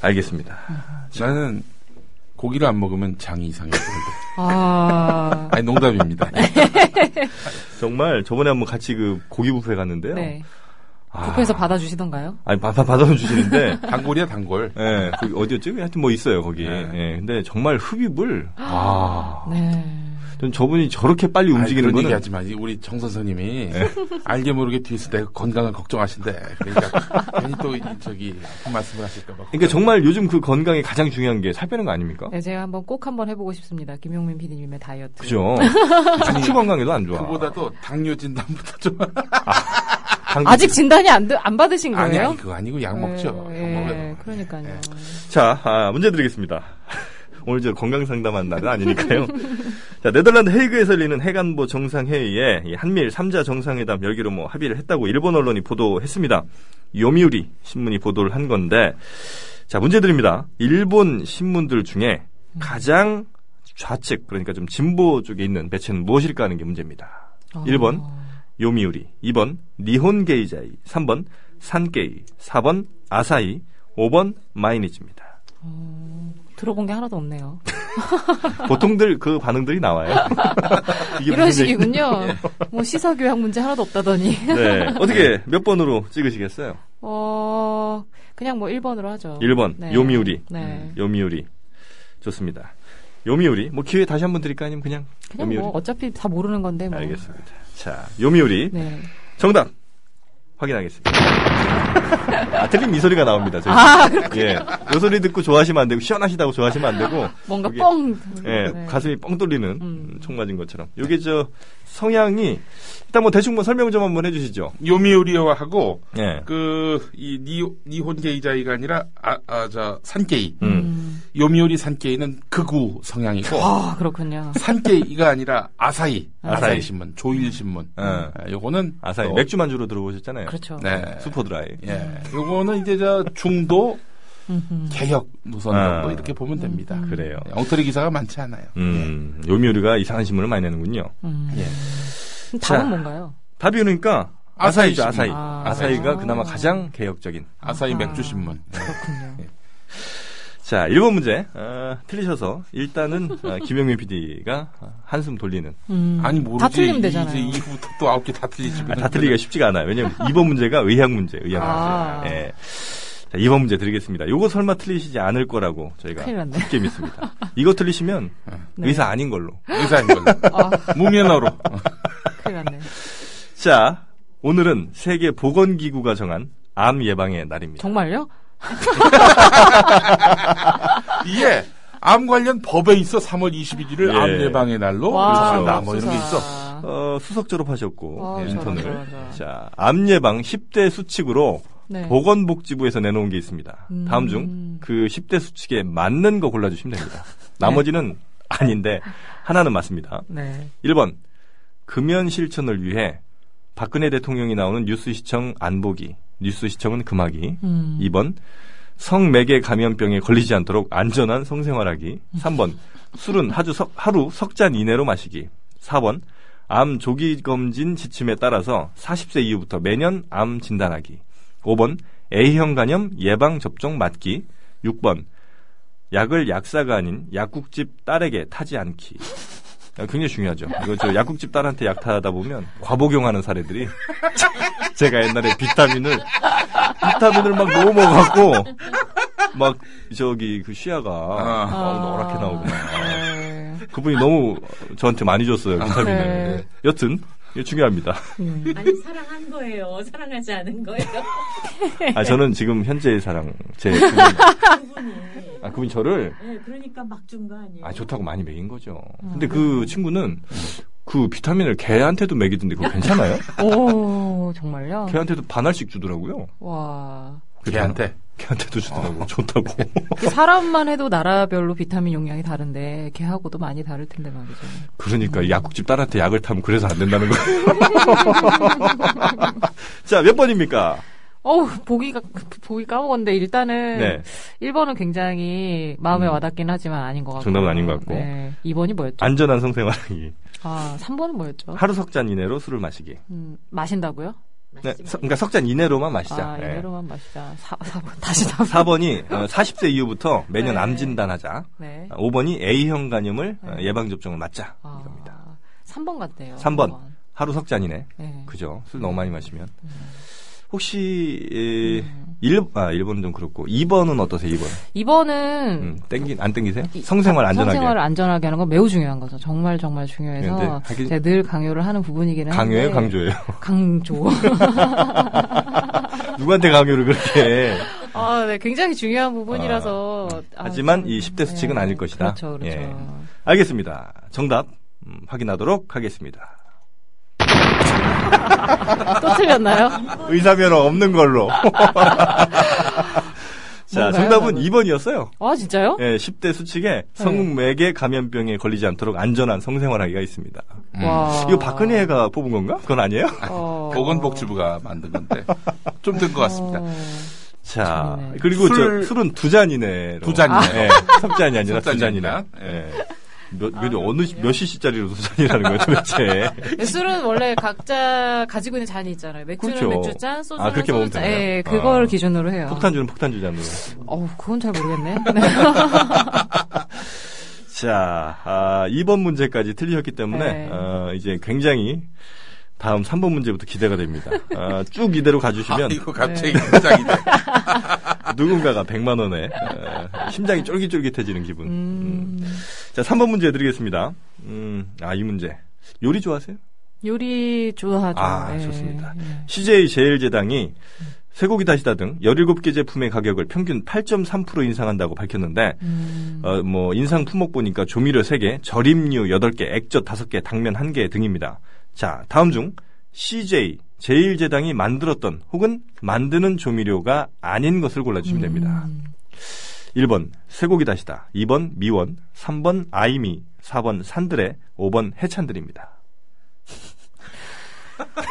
[SPEAKER 4] 알겠습니다.
[SPEAKER 3] 나는 고기를 안 먹으면 장이 이상해. 보이는데.
[SPEAKER 5] 아,
[SPEAKER 3] 아니, 농담입니다.
[SPEAKER 4] 정말 저번에 한번 같이 그 고기 뷔페 갔는데요.
[SPEAKER 5] 네.
[SPEAKER 4] 아.
[SPEAKER 5] 부페에서 받아주시던가요?
[SPEAKER 4] 아니 받아 받아 주시는데.
[SPEAKER 3] 단골이야, 단골.
[SPEAKER 4] 예, 거기 어디였죠? 하여튼 뭐 있어요, 거기.
[SPEAKER 3] 네.
[SPEAKER 4] 예, 근데 정말 흡입을, 아.
[SPEAKER 5] 네.
[SPEAKER 4] 전 저분이 저렇게 빨리 움직이는
[SPEAKER 3] 아니, 그런
[SPEAKER 4] 거는.
[SPEAKER 3] 얘기하지 마. 이 우리 정 선생님이 알게 모르게 뒤에서 내 건강을 걱정하신대. 그러니까 괜히 또 이- 저기 아픈 말씀을 하실까봐.
[SPEAKER 4] 그러니까 정말 요즘 그 건강에 가장 중요한 게 살 빼는 거 아닙니까?
[SPEAKER 5] 네, 제가 한번 꼭 한번 해보고 싶습니다. 김용민 PD님의 다이어트.
[SPEAKER 4] 그죠? 척추 건강에도 안 좋아.
[SPEAKER 3] 그보다도 당뇨 진단보다 좀
[SPEAKER 4] 당뇨
[SPEAKER 5] 아직 진단이 안, 드- 안 받으신
[SPEAKER 3] 아니
[SPEAKER 5] 거예요?
[SPEAKER 3] 아니 그거 아니고 약 먹죠.
[SPEAKER 5] 예,
[SPEAKER 3] 약
[SPEAKER 5] 예,
[SPEAKER 3] 먹어요.
[SPEAKER 5] 그러니까요.
[SPEAKER 3] 예.
[SPEAKER 4] 자, 아, 문제 드리겠습니다. 오늘 저 건강 상담한 날은 아니니까요. 자, 네덜란드 헤이그에서 열리는 해간보 정상회의에 이 한미일 3자 정상회담 열기로 뭐 합의를 했다고 일본 언론이 보도했습니다. 요미우리 신문이 보도를 한 건데, 자, 문제 드립니다. 일본 신문들 중에 가장 좌측, 그러니까 좀 진보 쪽에 있는 매체는 무엇일까 하는 게 문제입니다.
[SPEAKER 5] 어.
[SPEAKER 4] 1번, 요미우리. 2번, 니혼게이자이. 3번, 산게이. 4번, 아사히. 5번, 마이니치입니다.
[SPEAKER 5] 들어본 게 하나도 없네요.
[SPEAKER 4] 보통들 그 반응들이 나와요. 이게 예.
[SPEAKER 5] 이런
[SPEAKER 4] 무슨 얘기인지.
[SPEAKER 5] 식이군요. 뭐 시사 교양 문제 하나도 없다더니.
[SPEAKER 4] 네. 어떻게 몇 번으로 찍으시겠어요?
[SPEAKER 5] 어, 그냥 뭐 1번으로 하죠.
[SPEAKER 4] 1번
[SPEAKER 5] 네.
[SPEAKER 4] 요미우리. 음,
[SPEAKER 5] 네.
[SPEAKER 4] 요미우리. 좋습니다. 요미우리. 뭐 기회 다시 한번 드릴까 아니면 그냥
[SPEAKER 5] 그냥
[SPEAKER 4] 요미우리.
[SPEAKER 5] 뭐 어차피 다 모르는 건데 뭐.
[SPEAKER 4] 알겠습니다. 자, 요미우리.
[SPEAKER 5] 네.
[SPEAKER 4] 정답 확인하겠습니다. 아, 틀린 이 소리가 나옵니다. 저희.
[SPEAKER 5] 아,
[SPEAKER 4] 예. 요 소리 듣고 좋아하시면 안 되고 시원하시다고 좋아하시면 안 되고
[SPEAKER 5] 뭔가
[SPEAKER 4] 그게-
[SPEAKER 5] 뻥.
[SPEAKER 4] 예,
[SPEAKER 5] 네.
[SPEAKER 4] 가슴이 뻥 뚫리는
[SPEAKER 5] 음.
[SPEAKER 4] 총 맞은 것처럼. 요게 저 성향이 일단 뭐 대충 뭐 설명 좀 한번 해 주시죠.
[SPEAKER 3] 요미우리어하고
[SPEAKER 4] 예.
[SPEAKER 3] 그 이 니혼게이자이가 아니라 아아저 산게이
[SPEAKER 4] 음.
[SPEAKER 3] 요미우리 산게이는 극우 성향이고
[SPEAKER 5] 아, 그렇군요.
[SPEAKER 3] 산게이가 아니라 아사히 아사히,
[SPEAKER 4] 아사히.
[SPEAKER 3] 신문 조일 신문
[SPEAKER 5] 어.
[SPEAKER 4] 예.
[SPEAKER 3] 아, 요거는
[SPEAKER 4] 아사히
[SPEAKER 3] 또-
[SPEAKER 4] 맥주 만주로 들어보셨잖아요.
[SPEAKER 5] 그렇죠.
[SPEAKER 3] 네
[SPEAKER 4] 슈퍼 드라이.
[SPEAKER 3] 예 요거는 이제 저 중도
[SPEAKER 5] 음흠. 어. 음.
[SPEAKER 3] 개혁 노선
[SPEAKER 4] 아.
[SPEAKER 3] 정도 이렇게 보면 됩니다
[SPEAKER 4] 그래요.
[SPEAKER 3] 예, 엉터리 기사가 많지 않아요
[SPEAKER 4] 음,
[SPEAKER 5] 예.
[SPEAKER 4] 요미우리가 이상한 신문을 많이 내는군요.
[SPEAKER 5] 음. 답은
[SPEAKER 4] 자.
[SPEAKER 5] 뭔가요?
[SPEAKER 4] 답이 그러니까
[SPEAKER 3] 아사히
[SPEAKER 4] 아사히죠, 아사히.
[SPEAKER 3] 신문.
[SPEAKER 5] 아.
[SPEAKER 4] 아사히가
[SPEAKER 5] 아.
[SPEAKER 4] 그나마 가장 개혁적인.
[SPEAKER 3] 아사히 맥주 신문 예.
[SPEAKER 5] 그렇군요.
[SPEAKER 4] 자, 1번 문제. 어, 틀리셔서 일단은 어, 김영민 PD가 한숨 돌리는.
[SPEAKER 5] 음.
[SPEAKER 3] 아니 모르지
[SPEAKER 5] 다 틀리면 되잖아요. 음.
[SPEAKER 3] 이제 이후부터 또 아홉 개 다 틀리지
[SPEAKER 4] 아, 다 틀리기가 쉽지가 않아요. 왜냐면 2번 문제가 의학 문제, 의학
[SPEAKER 5] 아.
[SPEAKER 4] 문제. 예. 자, 2번 문제 드리겠습니다. 요거 설마 틀리시지 않을 거라고 저희가
[SPEAKER 5] 큰일 났네.
[SPEAKER 4] 굳게 믿습니다. 이거 틀리시면
[SPEAKER 5] 네.
[SPEAKER 4] 의사 아닌 걸로.
[SPEAKER 3] 의사인 걸로
[SPEAKER 5] 아,
[SPEAKER 3] 무면허로
[SPEAKER 5] 큰일 났네.
[SPEAKER 4] 자, 오늘은 세계 보건기구가 정한 암 예방의 날입니다.
[SPEAKER 5] 정말요?
[SPEAKER 3] 이게 암 관련 법에 있어 3월 21일을
[SPEAKER 4] 예.
[SPEAKER 3] 암 예방의 날로 정한다 뭐 이런 게 있어.
[SPEAKER 5] 맙소사.
[SPEAKER 4] 어, 수석 졸업하셨고
[SPEAKER 5] 아,
[SPEAKER 4] 인턴을.
[SPEAKER 5] 좋아, 좋아, 좋아.
[SPEAKER 4] 자, 암 예방 10대 수칙으로
[SPEAKER 5] 네.
[SPEAKER 4] 보건복지부에서 내놓은 게 있습니다.
[SPEAKER 5] 음.
[SPEAKER 4] 다음 중 그 10대 수칙에 맞는 거 골라주시면 됩니다. 나머지는 아닌데 하나는 맞습니다.
[SPEAKER 5] 네.
[SPEAKER 4] 1번 금연 실천을 위해 박근혜 대통령이 나오는 뉴스 시청 안 보기, 뉴스 시청은 금하기.
[SPEAKER 5] 음.
[SPEAKER 4] 2번 성매개 감염병에 걸리지 않도록 안전한 성생활하기. 3번 술은 하루, 석, 하루 석잔 이내로 마시기. 4번 암 조기 검진 지침에 따라서 40세 이후부터 매년 암 진단하기. 5번 A형 간염 예방 접종 맞기. 6번 약을 약사가 아닌 약국집 딸에게 타지 않기. 아, 굉장히 중요하죠. 이거 저 약국집 딸한테 약 타다 보면 과복용하는 사례들이 제가 옛날에 비타민을 비타민을 막 너무 먹어갖고 막 저기 그 시야가 막 노랗게 나오고 막.
[SPEAKER 5] 네.
[SPEAKER 4] 그분이 너무 저한테 많이 줬어요
[SPEAKER 6] 아,
[SPEAKER 4] 비타민을.
[SPEAKER 5] 네.
[SPEAKER 4] 여튼 이거 중요합니다.
[SPEAKER 6] 아니 사랑한 거예요. 사랑하지 않은 거예요.
[SPEAKER 4] 아 저는 지금 현재의 사랑 제 그분, 아 그분 저를
[SPEAKER 6] 네, 그러니까 막 준 거 아니에요. 아.
[SPEAKER 4] 아 좋다고 많이 먹인 거죠. 근데 그 친구는 그 비타민을 개한테도 먹이던데 그거 괜찮아요?
[SPEAKER 5] 오, 정말요?
[SPEAKER 6] 어.
[SPEAKER 4] 개한테도 반 알씩 주더라고요.
[SPEAKER 5] 와.
[SPEAKER 3] 걔한테
[SPEAKER 4] 걔한테도
[SPEAKER 6] 어.
[SPEAKER 4] 주더라고. 좋다고.
[SPEAKER 5] 그 사람만 해도 나라별로 비타민 용량이 다른데 걔하고도 많이 다를 텐데 말이죠.
[SPEAKER 4] 그러니까 약국집 딸한테 약을 타면 그래서 안 된다는 거예요. 자, 몇 번입니까?
[SPEAKER 5] 어우, 보기가 보기 까먹었는데 일단은
[SPEAKER 4] 네.
[SPEAKER 5] 1번은 굉장히 마음에 와닿긴 하지만 아닌 것 같고.
[SPEAKER 4] 정답은 아닌 것 같고.
[SPEAKER 5] 네. 2번이 뭐였죠?
[SPEAKER 4] 뭐? 안전한 성생활하기.
[SPEAKER 5] 아, 3번은 뭐였죠?
[SPEAKER 4] 하루 석잔 이내로 술을 마시기.
[SPEAKER 5] 음, 마신다고요?
[SPEAKER 4] 네, 서- 그러니까 석잔 이내로만 마시자.
[SPEAKER 5] 아,
[SPEAKER 4] 네.
[SPEAKER 5] 이대로만 마시자. 4, 4번 다시 4번.
[SPEAKER 4] 4번이 어, 40세 이후부터 매년
[SPEAKER 5] 네.
[SPEAKER 4] 암 진단하자. 어,
[SPEAKER 5] 네.
[SPEAKER 4] 5번이 A형 간염을 어,
[SPEAKER 5] 네.
[SPEAKER 4] 예방접종을 맞자.
[SPEAKER 5] 아,
[SPEAKER 4] 이겁니다.
[SPEAKER 5] 3번 같대요.
[SPEAKER 4] 3번.
[SPEAKER 5] 삼번.
[SPEAKER 4] 하루 석잔 이내.
[SPEAKER 5] 네. 음.
[SPEAKER 4] 그죠. 술 너무 많이 마시면. 혹시, 에, 1, 아, 1번은 좀 그렇고. 2번은 어떠세요, 2번?
[SPEAKER 5] 2번은
[SPEAKER 4] 음, 땡기, 안 땡기세요?
[SPEAKER 5] 이- 아,
[SPEAKER 4] 성생활 안전하게.
[SPEAKER 5] 성생활을 안전하게 하는 건 매우 중요한 거죠. 정말 정말 중요해서
[SPEAKER 4] 네, 네. 하긴-
[SPEAKER 5] 제가 늘 강요를 하는 부분이기는 한데
[SPEAKER 4] 강요예요, 강조예요.
[SPEAKER 5] 강조.
[SPEAKER 4] 누구한테 강요를 그렇게 해.
[SPEAKER 5] 아, 네, 굉장히 중요한 부분이라서. 아,
[SPEAKER 4] 하지만
[SPEAKER 5] 참,
[SPEAKER 4] 이 10대 수칙은 아닐 것이다.
[SPEAKER 5] 그렇죠, 그렇죠.
[SPEAKER 4] 예. 알겠습니다. 정답 음, 확인하도록 하겠습니다.
[SPEAKER 5] 아, 또 틀렸나요?
[SPEAKER 4] 의사 면허 없는 걸로. 자,
[SPEAKER 5] 뭔가요,
[SPEAKER 4] 정답은
[SPEAKER 5] 답은?
[SPEAKER 4] 2번이었어요.
[SPEAKER 5] 아, 진짜요?
[SPEAKER 4] 예, 10대 수칙에 성매개 감염병에 걸리지 않도록 안전한 성생활하기가 있습니다.
[SPEAKER 5] 아. 와.
[SPEAKER 4] 음. 이거 박근혜가 뽑은 건가? 그건 아니에요?
[SPEAKER 5] 어.
[SPEAKER 3] 보건복지부가 만든 건데 좀 된 것 같습니다.
[SPEAKER 5] 어.
[SPEAKER 4] 자,
[SPEAKER 5] 재밌네.
[SPEAKER 4] 그리고
[SPEAKER 3] 술-
[SPEAKER 4] 저 술은 두 잔이네.
[SPEAKER 3] 두 잔이네요.
[SPEAKER 4] 예, 석잔이 아니라 두
[SPEAKER 3] 석잔이
[SPEAKER 4] 잔이나. 예. 몇, 몇, 어느, 시- 몇 cc짜리로 두 잔이라는 거예요, 도대체.
[SPEAKER 5] 술은 원래 각자 가지고 있는 잔이 있잖아요. 맥주는
[SPEAKER 4] 그렇죠.
[SPEAKER 5] 맥주잔, 소주는
[SPEAKER 4] 아, 그렇게 먹으면
[SPEAKER 5] 소주잔.
[SPEAKER 4] 되나요?
[SPEAKER 5] 예, 그걸
[SPEAKER 4] 아.
[SPEAKER 5] 기준으로 해요.
[SPEAKER 4] 폭탄주는 폭탄주잖아요.
[SPEAKER 5] 어, 그건 잘 모르겠네.
[SPEAKER 4] 자, 아, 2번 문제까지 틀리셨기 때문에,
[SPEAKER 5] 네.
[SPEAKER 4] 어, 이제 굉장히 다음 3번 문제부터 기대가 됩니다. 아, 쭉 이대로
[SPEAKER 3] 아,
[SPEAKER 4] 가주시면
[SPEAKER 3] 이거 갑자기 굉장히네.
[SPEAKER 4] 누군가가 100만 원에 어, 심장이 쫄깃쫄깃해지는 기분. 음. 자, 3번 문제 드리겠습니다. 음, 아, 이 문제. 요리 좋아하세요?
[SPEAKER 5] 요리 좋아하죠.
[SPEAKER 4] 아,
[SPEAKER 5] 예.
[SPEAKER 4] 좋습니다. CJ 제일제당이 쇠고기 다시다 등 17개 제품의 가격을 평균 8.3% 인상한다고 밝혔는데,
[SPEAKER 5] 음.
[SPEAKER 4] 어, 뭐, 인상 품목 보니까 조미료 3개, 절임류 8개, 액젓 5개, 당면 1개 등입니다. 자, 다음 중 CJ 제일제당이 만들었던 혹은 만드는 조미료가 아닌 것을
[SPEAKER 5] 음.
[SPEAKER 4] 골라주시면 됩니다. 1번 쇠고기 다시다, 2번 미원, 3번 아이미, 4번 산드레, 5번 해찬들입니다.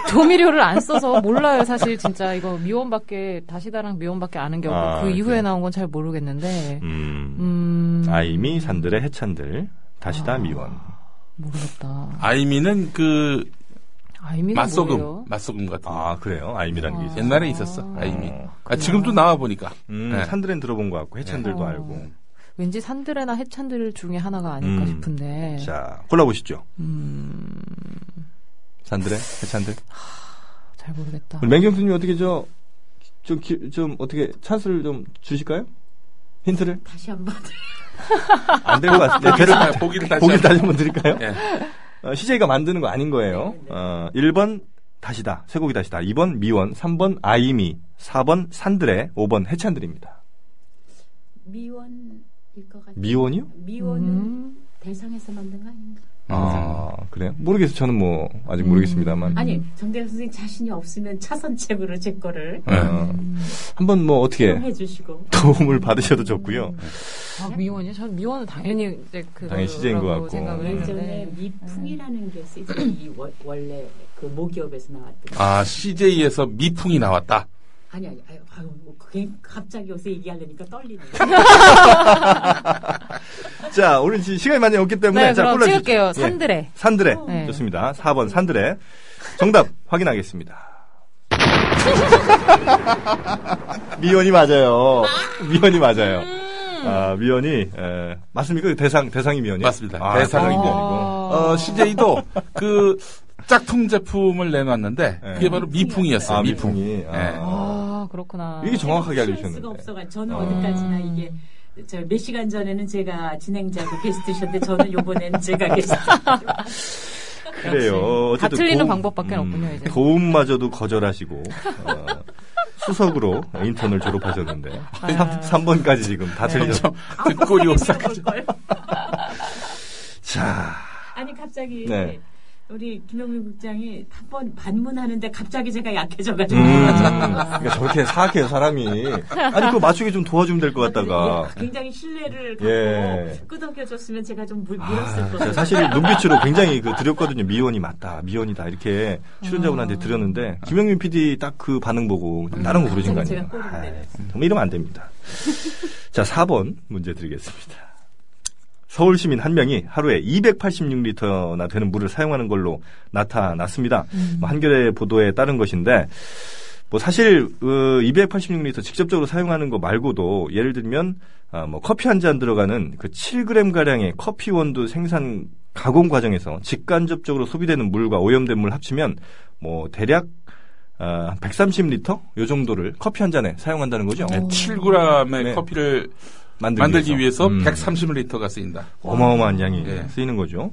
[SPEAKER 5] 조미료를 안 써서 몰라요, 사실 진짜 이거 미원밖에 다시다랑 미원밖에 아는 게 없고
[SPEAKER 4] 아,
[SPEAKER 5] 그 이후에
[SPEAKER 4] 그래요?
[SPEAKER 5] 나온 건 잘 모르겠는데.
[SPEAKER 4] 음,
[SPEAKER 5] 음.
[SPEAKER 4] 아이미, 산드레, 해찬들, 다시다, 미원.
[SPEAKER 5] 모르겠다.
[SPEAKER 3] 아이미는 그
[SPEAKER 5] 아이미가
[SPEAKER 3] 맛소금,
[SPEAKER 5] 뭐예요?
[SPEAKER 3] 맛소금 같은 거.
[SPEAKER 4] 아 그래요? 아이미라는 게 있어요.
[SPEAKER 3] 옛날에 있었어, 아이미.
[SPEAKER 4] 어,
[SPEAKER 3] 아, 지금도 나와 보니까.
[SPEAKER 4] 음,
[SPEAKER 3] 네.
[SPEAKER 4] 산드레는 들어본 것 같고 해찬들도
[SPEAKER 5] 어.
[SPEAKER 4] 알고.
[SPEAKER 5] 왠지 산들레나 해찬들 중에 하나가 아닐까
[SPEAKER 4] 음.
[SPEAKER 5] 싶은데.
[SPEAKER 4] 자 골라보시죠.
[SPEAKER 5] 음.
[SPEAKER 4] 산드레, 해찬들.
[SPEAKER 5] 잘 모르겠다.
[SPEAKER 4] 아. 우리 맹경수님 어떻게 저, 좀, 기- 좀 어떻게 찬스를 좀 주실까요? 힌트를
[SPEAKER 6] 다시 한번
[SPEAKER 4] 안 될 것 같습니다.
[SPEAKER 3] 보기를
[SPEAKER 4] 배를
[SPEAKER 3] 다- 보기를 다시
[SPEAKER 4] 보기
[SPEAKER 3] 한번.
[SPEAKER 4] 다시 한번 드릴까요?
[SPEAKER 3] 예.
[SPEAKER 4] 어, CJ가 만드는 거 아닌 거예요.
[SPEAKER 6] 네, 네.
[SPEAKER 4] 어, 1번 다시다, 쇠고기 다시다. 2번 미원, 3번 아이미, 4번 산드레, 5번 해찬들입니다.
[SPEAKER 6] 미원일 것 같아요.
[SPEAKER 4] 미원이요?
[SPEAKER 6] 미원은
[SPEAKER 5] 음.
[SPEAKER 6] 대상에서 만든 거 아닌가?
[SPEAKER 4] 아, 그래요? 모르겠어요. 저는 뭐 아직 모르겠습니다만.
[SPEAKER 6] 아니 정대현 선생님 자신이 없으면 차선책으로 제 거를
[SPEAKER 4] 어, 한번 뭐 어떻게
[SPEAKER 6] 음. 해주시고
[SPEAKER 4] 도움을 받으셔도 좋고요.
[SPEAKER 5] 아, 미원이요? 전 미원은 당연히 이제 그
[SPEAKER 4] 당연히 시제인 것 같고.
[SPEAKER 5] 생각을
[SPEAKER 4] 음.
[SPEAKER 6] 예전에
[SPEAKER 5] 했는데. 네,
[SPEAKER 6] 미풍이라는 게 CJ 월- 원래 그 모기업에서 나왔던 거.
[SPEAKER 3] 아, CJ에서 미풍이 나왔다.
[SPEAKER 6] 아니 아니 아유, 아유 뭐 그게 갑자기 요새 얘기하려니까 떨리네.
[SPEAKER 4] 자, 오늘 지- 시간이 많이 없기 때문에
[SPEAKER 5] 네,
[SPEAKER 4] 자,
[SPEAKER 5] 그럼
[SPEAKER 4] 골라주십시오.
[SPEAKER 5] 찍을게요.
[SPEAKER 4] 예.
[SPEAKER 5] 산들레.
[SPEAKER 4] 산드레.
[SPEAKER 5] 네.
[SPEAKER 4] 좋습니다. 4번 산드레. 정답 확인하겠습니다. 미연이 맞아요. 미연이 맞아요. 아, 미연이 에, 맞습니까? 그 대상 대상이 미연이
[SPEAKER 3] 맞습니다. 대상이
[SPEAKER 4] 아, 미연이고.
[SPEAKER 5] 미연이고.
[SPEAKER 3] 어, CJ도 그 짝퉁 제품을 내놨는데
[SPEAKER 4] 예.
[SPEAKER 3] 그게 바로 미풍이었어요.
[SPEAKER 4] 아,
[SPEAKER 3] 네. 미풍. 네. 예.
[SPEAKER 4] 미풍이. 아.
[SPEAKER 5] 아, 그렇구나.
[SPEAKER 4] 이게 정확하게
[SPEAKER 6] 아, 피할 수가
[SPEAKER 4] 알려주셨는데. 아.
[SPEAKER 6] 없어가 저는 어디까지나 이게 저 몇 시간 전에는 제가 진행자고 게스트셨는데 저는 요번엔 제가 게스트.
[SPEAKER 4] 그래요.
[SPEAKER 5] 다
[SPEAKER 4] 어쨌든
[SPEAKER 5] 틀리는
[SPEAKER 4] 도움-
[SPEAKER 5] 방법밖에 없군요, 이제.
[SPEAKER 4] 도움마저도 거절하시고 어, 수석으로 인턴을 졸업하셨는데
[SPEAKER 5] 아.
[SPEAKER 4] 3, 번까지 지금 다
[SPEAKER 5] 그렇죠.
[SPEAKER 4] 틀리셨죠.
[SPEAKER 3] 듣고 요사까지.
[SPEAKER 6] 해볼 걸.
[SPEAKER 4] 자,
[SPEAKER 6] 아니 갑자기
[SPEAKER 4] 네.
[SPEAKER 6] 우리 김영민 국장이 한 번 반문하는데 갑자기 제가 약해져가지고.
[SPEAKER 4] 음, 그러니까 저렇게 사악해요 사람이. 아니 그거 맞추기 좀 도와주면 될 것 같다가.
[SPEAKER 6] 예, 굉장히 신뢰를 갖고
[SPEAKER 4] 예.
[SPEAKER 6] 끄덕여줬으면 제가 좀 물-
[SPEAKER 4] 아,
[SPEAKER 6] 물었을
[SPEAKER 4] 제가
[SPEAKER 6] 거예요.
[SPEAKER 4] 사실 눈빛으로 굉장히 그 드렸거든요. 미원이 맞다, 미원이다 이렇게
[SPEAKER 5] 아.
[SPEAKER 4] 출연자분한테 드렸는데 김영민 PD 딱 그 반응 보고 그냥 다른 거 부르신 거
[SPEAKER 6] 제가
[SPEAKER 4] 아니에요?
[SPEAKER 6] 꼬리를
[SPEAKER 4] 아이,
[SPEAKER 6] 내렸어요.
[SPEAKER 4] 정말 이러면 안 됩니다. 자, 4번 문제 드리겠습니다. 서울 시민 한 명이 하루에 286리터나 되는 물을 사용하는 걸로 나타났습니다. 뭐 한겨레 보도에 따른 것인데 뭐 사실 어, 286리터 직접적으로 사용하는 거 말고도 예를 들면 아, 뭐 커피 한 잔 들어가는 그 7g 가량의 커피 원두 생산 가공 과정에서 직간접적으로 소비되는 물과 오염된 물 합치면 뭐 대략 아, 130리터 요 정도를 커피 한 잔에 사용한다는 거죠.
[SPEAKER 3] 어. 7g의
[SPEAKER 4] 네.
[SPEAKER 3] 커피를
[SPEAKER 4] 만들기,
[SPEAKER 3] 만들기 위해서
[SPEAKER 4] 음.
[SPEAKER 3] 130ml가 쓰인다.
[SPEAKER 4] 어마어마한 양이
[SPEAKER 3] 네.
[SPEAKER 4] 쓰이는 거죠.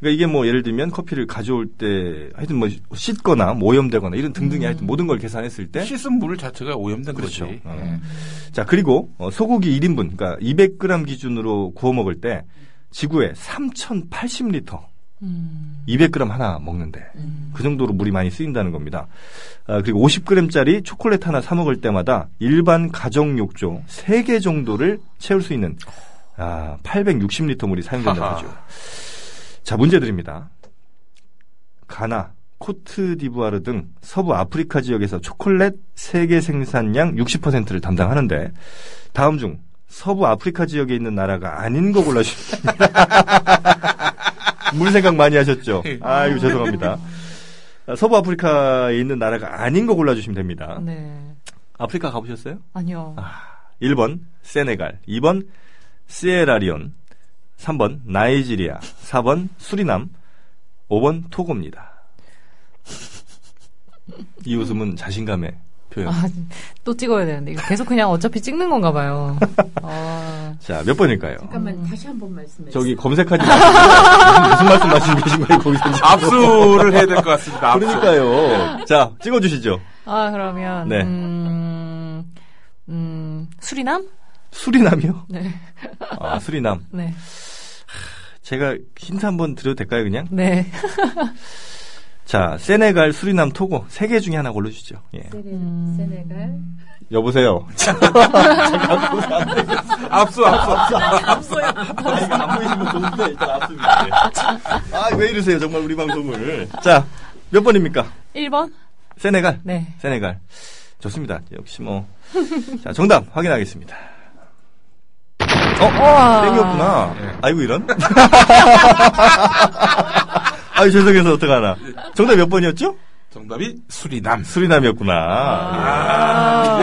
[SPEAKER 4] 그러니까 이게 뭐 예를 들면 커피를 가져올 때 하여튼 뭐 씻거나 뭐 오염되거나 이런 등등의 하여튼 모든 걸 계산했을 때
[SPEAKER 3] 씻은 물 자체가 오염된
[SPEAKER 4] 네? 그렇죠.
[SPEAKER 3] 거지.
[SPEAKER 4] 어.
[SPEAKER 3] 예.
[SPEAKER 4] 자, 그리고 어, 소고기 1인분, 그러니까 200g 기준으로 구워 먹을 때 지구에 3,080리터,
[SPEAKER 5] 음,
[SPEAKER 4] 200g 하나 먹는데 그 정도로 물이 많이 쓰인다는 겁니다. 아, 그리고 50g짜리 초콜릿 하나 사 먹을 때마다 일반 가정 욕조 3개 정도를 채울 수 있는 아, 860리터 물이 사용된다고
[SPEAKER 3] 하하.
[SPEAKER 4] 하죠. 자, 문제 드립니다. 가나, 코트디부아르 등 서부 아프리카 지역에서 초콜릿 세계 생산량 60%를 담당하는데 다음 중 서부 아프리카 지역에 있는 나라가 아닌 거 골라주십니다. 물 생각 많이 하셨죠? 아유 죄송합니다. 서부 아프리카에 있는 나라가 아닌 거 골라주시면 됩니다.
[SPEAKER 5] 네.
[SPEAKER 4] 아프리카 가보셨어요?
[SPEAKER 5] 아니요.
[SPEAKER 4] 1번 세네갈, 2번 시에라리온, 3번 나이지리아, 4번 수리남, 5번 토고입니다. 이 웃음은 자신감의 표현.
[SPEAKER 5] 아, 또 찍어야 되는데 이거 계속 그냥 어차피 찍는 건가 봐요. 아,
[SPEAKER 4] 자, 몇 번일까요?
[SPEAKER 6] 잠깐만 다시 한 번 말씀해 주세요.
[SPEAKER 4] 저기 검색하지 마시고 무슨 말씀 하시는 계신가요, 거기서 지금.
[SPEAKER 3] 압수를 해야 될 것 같습니다. 압수.
[SPEAKER 4] 그러니까요. 자, 찍어주시죠.
[SPEAKER 5] 아 그러면
[SPEAKER 4] 네.
[SPEAKER 5] 음, 음, 수리남?
[SPEAKER 4] 수리남이요?
[SPEAKER 5] 네.
[SPEAKER 4] 아, 수리남.
[SPEAKER 5] 네.
[SPEAKER 4] 제가 힌트 한번 드려도 될까요, 그냥?
[SPEAKER 5] 네.
[SPEAKER 4] 자, 세네갈, 수리남, 토고 세 개 중에 하나 골라주시죠. 예.
[SPEAKER 6] 세네- 세네갈.
[SPEAKER 4] 여보세요.
[SPEAKER 3] 압수, 압수.
[SPEAKER 4] 아, 이거 안 보이시면 좋은데 일단 압수입니다. 아, 왜 이러세요, 정말 우리 방송을. 자, 몇 번입니까?
[SPEAKER 5] 1번?
[SPEAKER 4] 세네갈.
[SPEAKER 5] 네.
[SPEAKER 4] 세네갈. 좋습니다. 역시 뭐. 자, 정답 확인하겠습니다. 어?
[SPEAKER 5] 우와.
[SPEAKER 4] 땡이었구나. 아이고, 이런. 아유, 죄송해서 어떡하나. 정답 몇 번이었죠?
[SPEAKER 3] 정답이 수리남.
[SPEAKER 4] 수리남이었구나.
[SPEAKER 5] 아,
[SPEAKER 6] 아니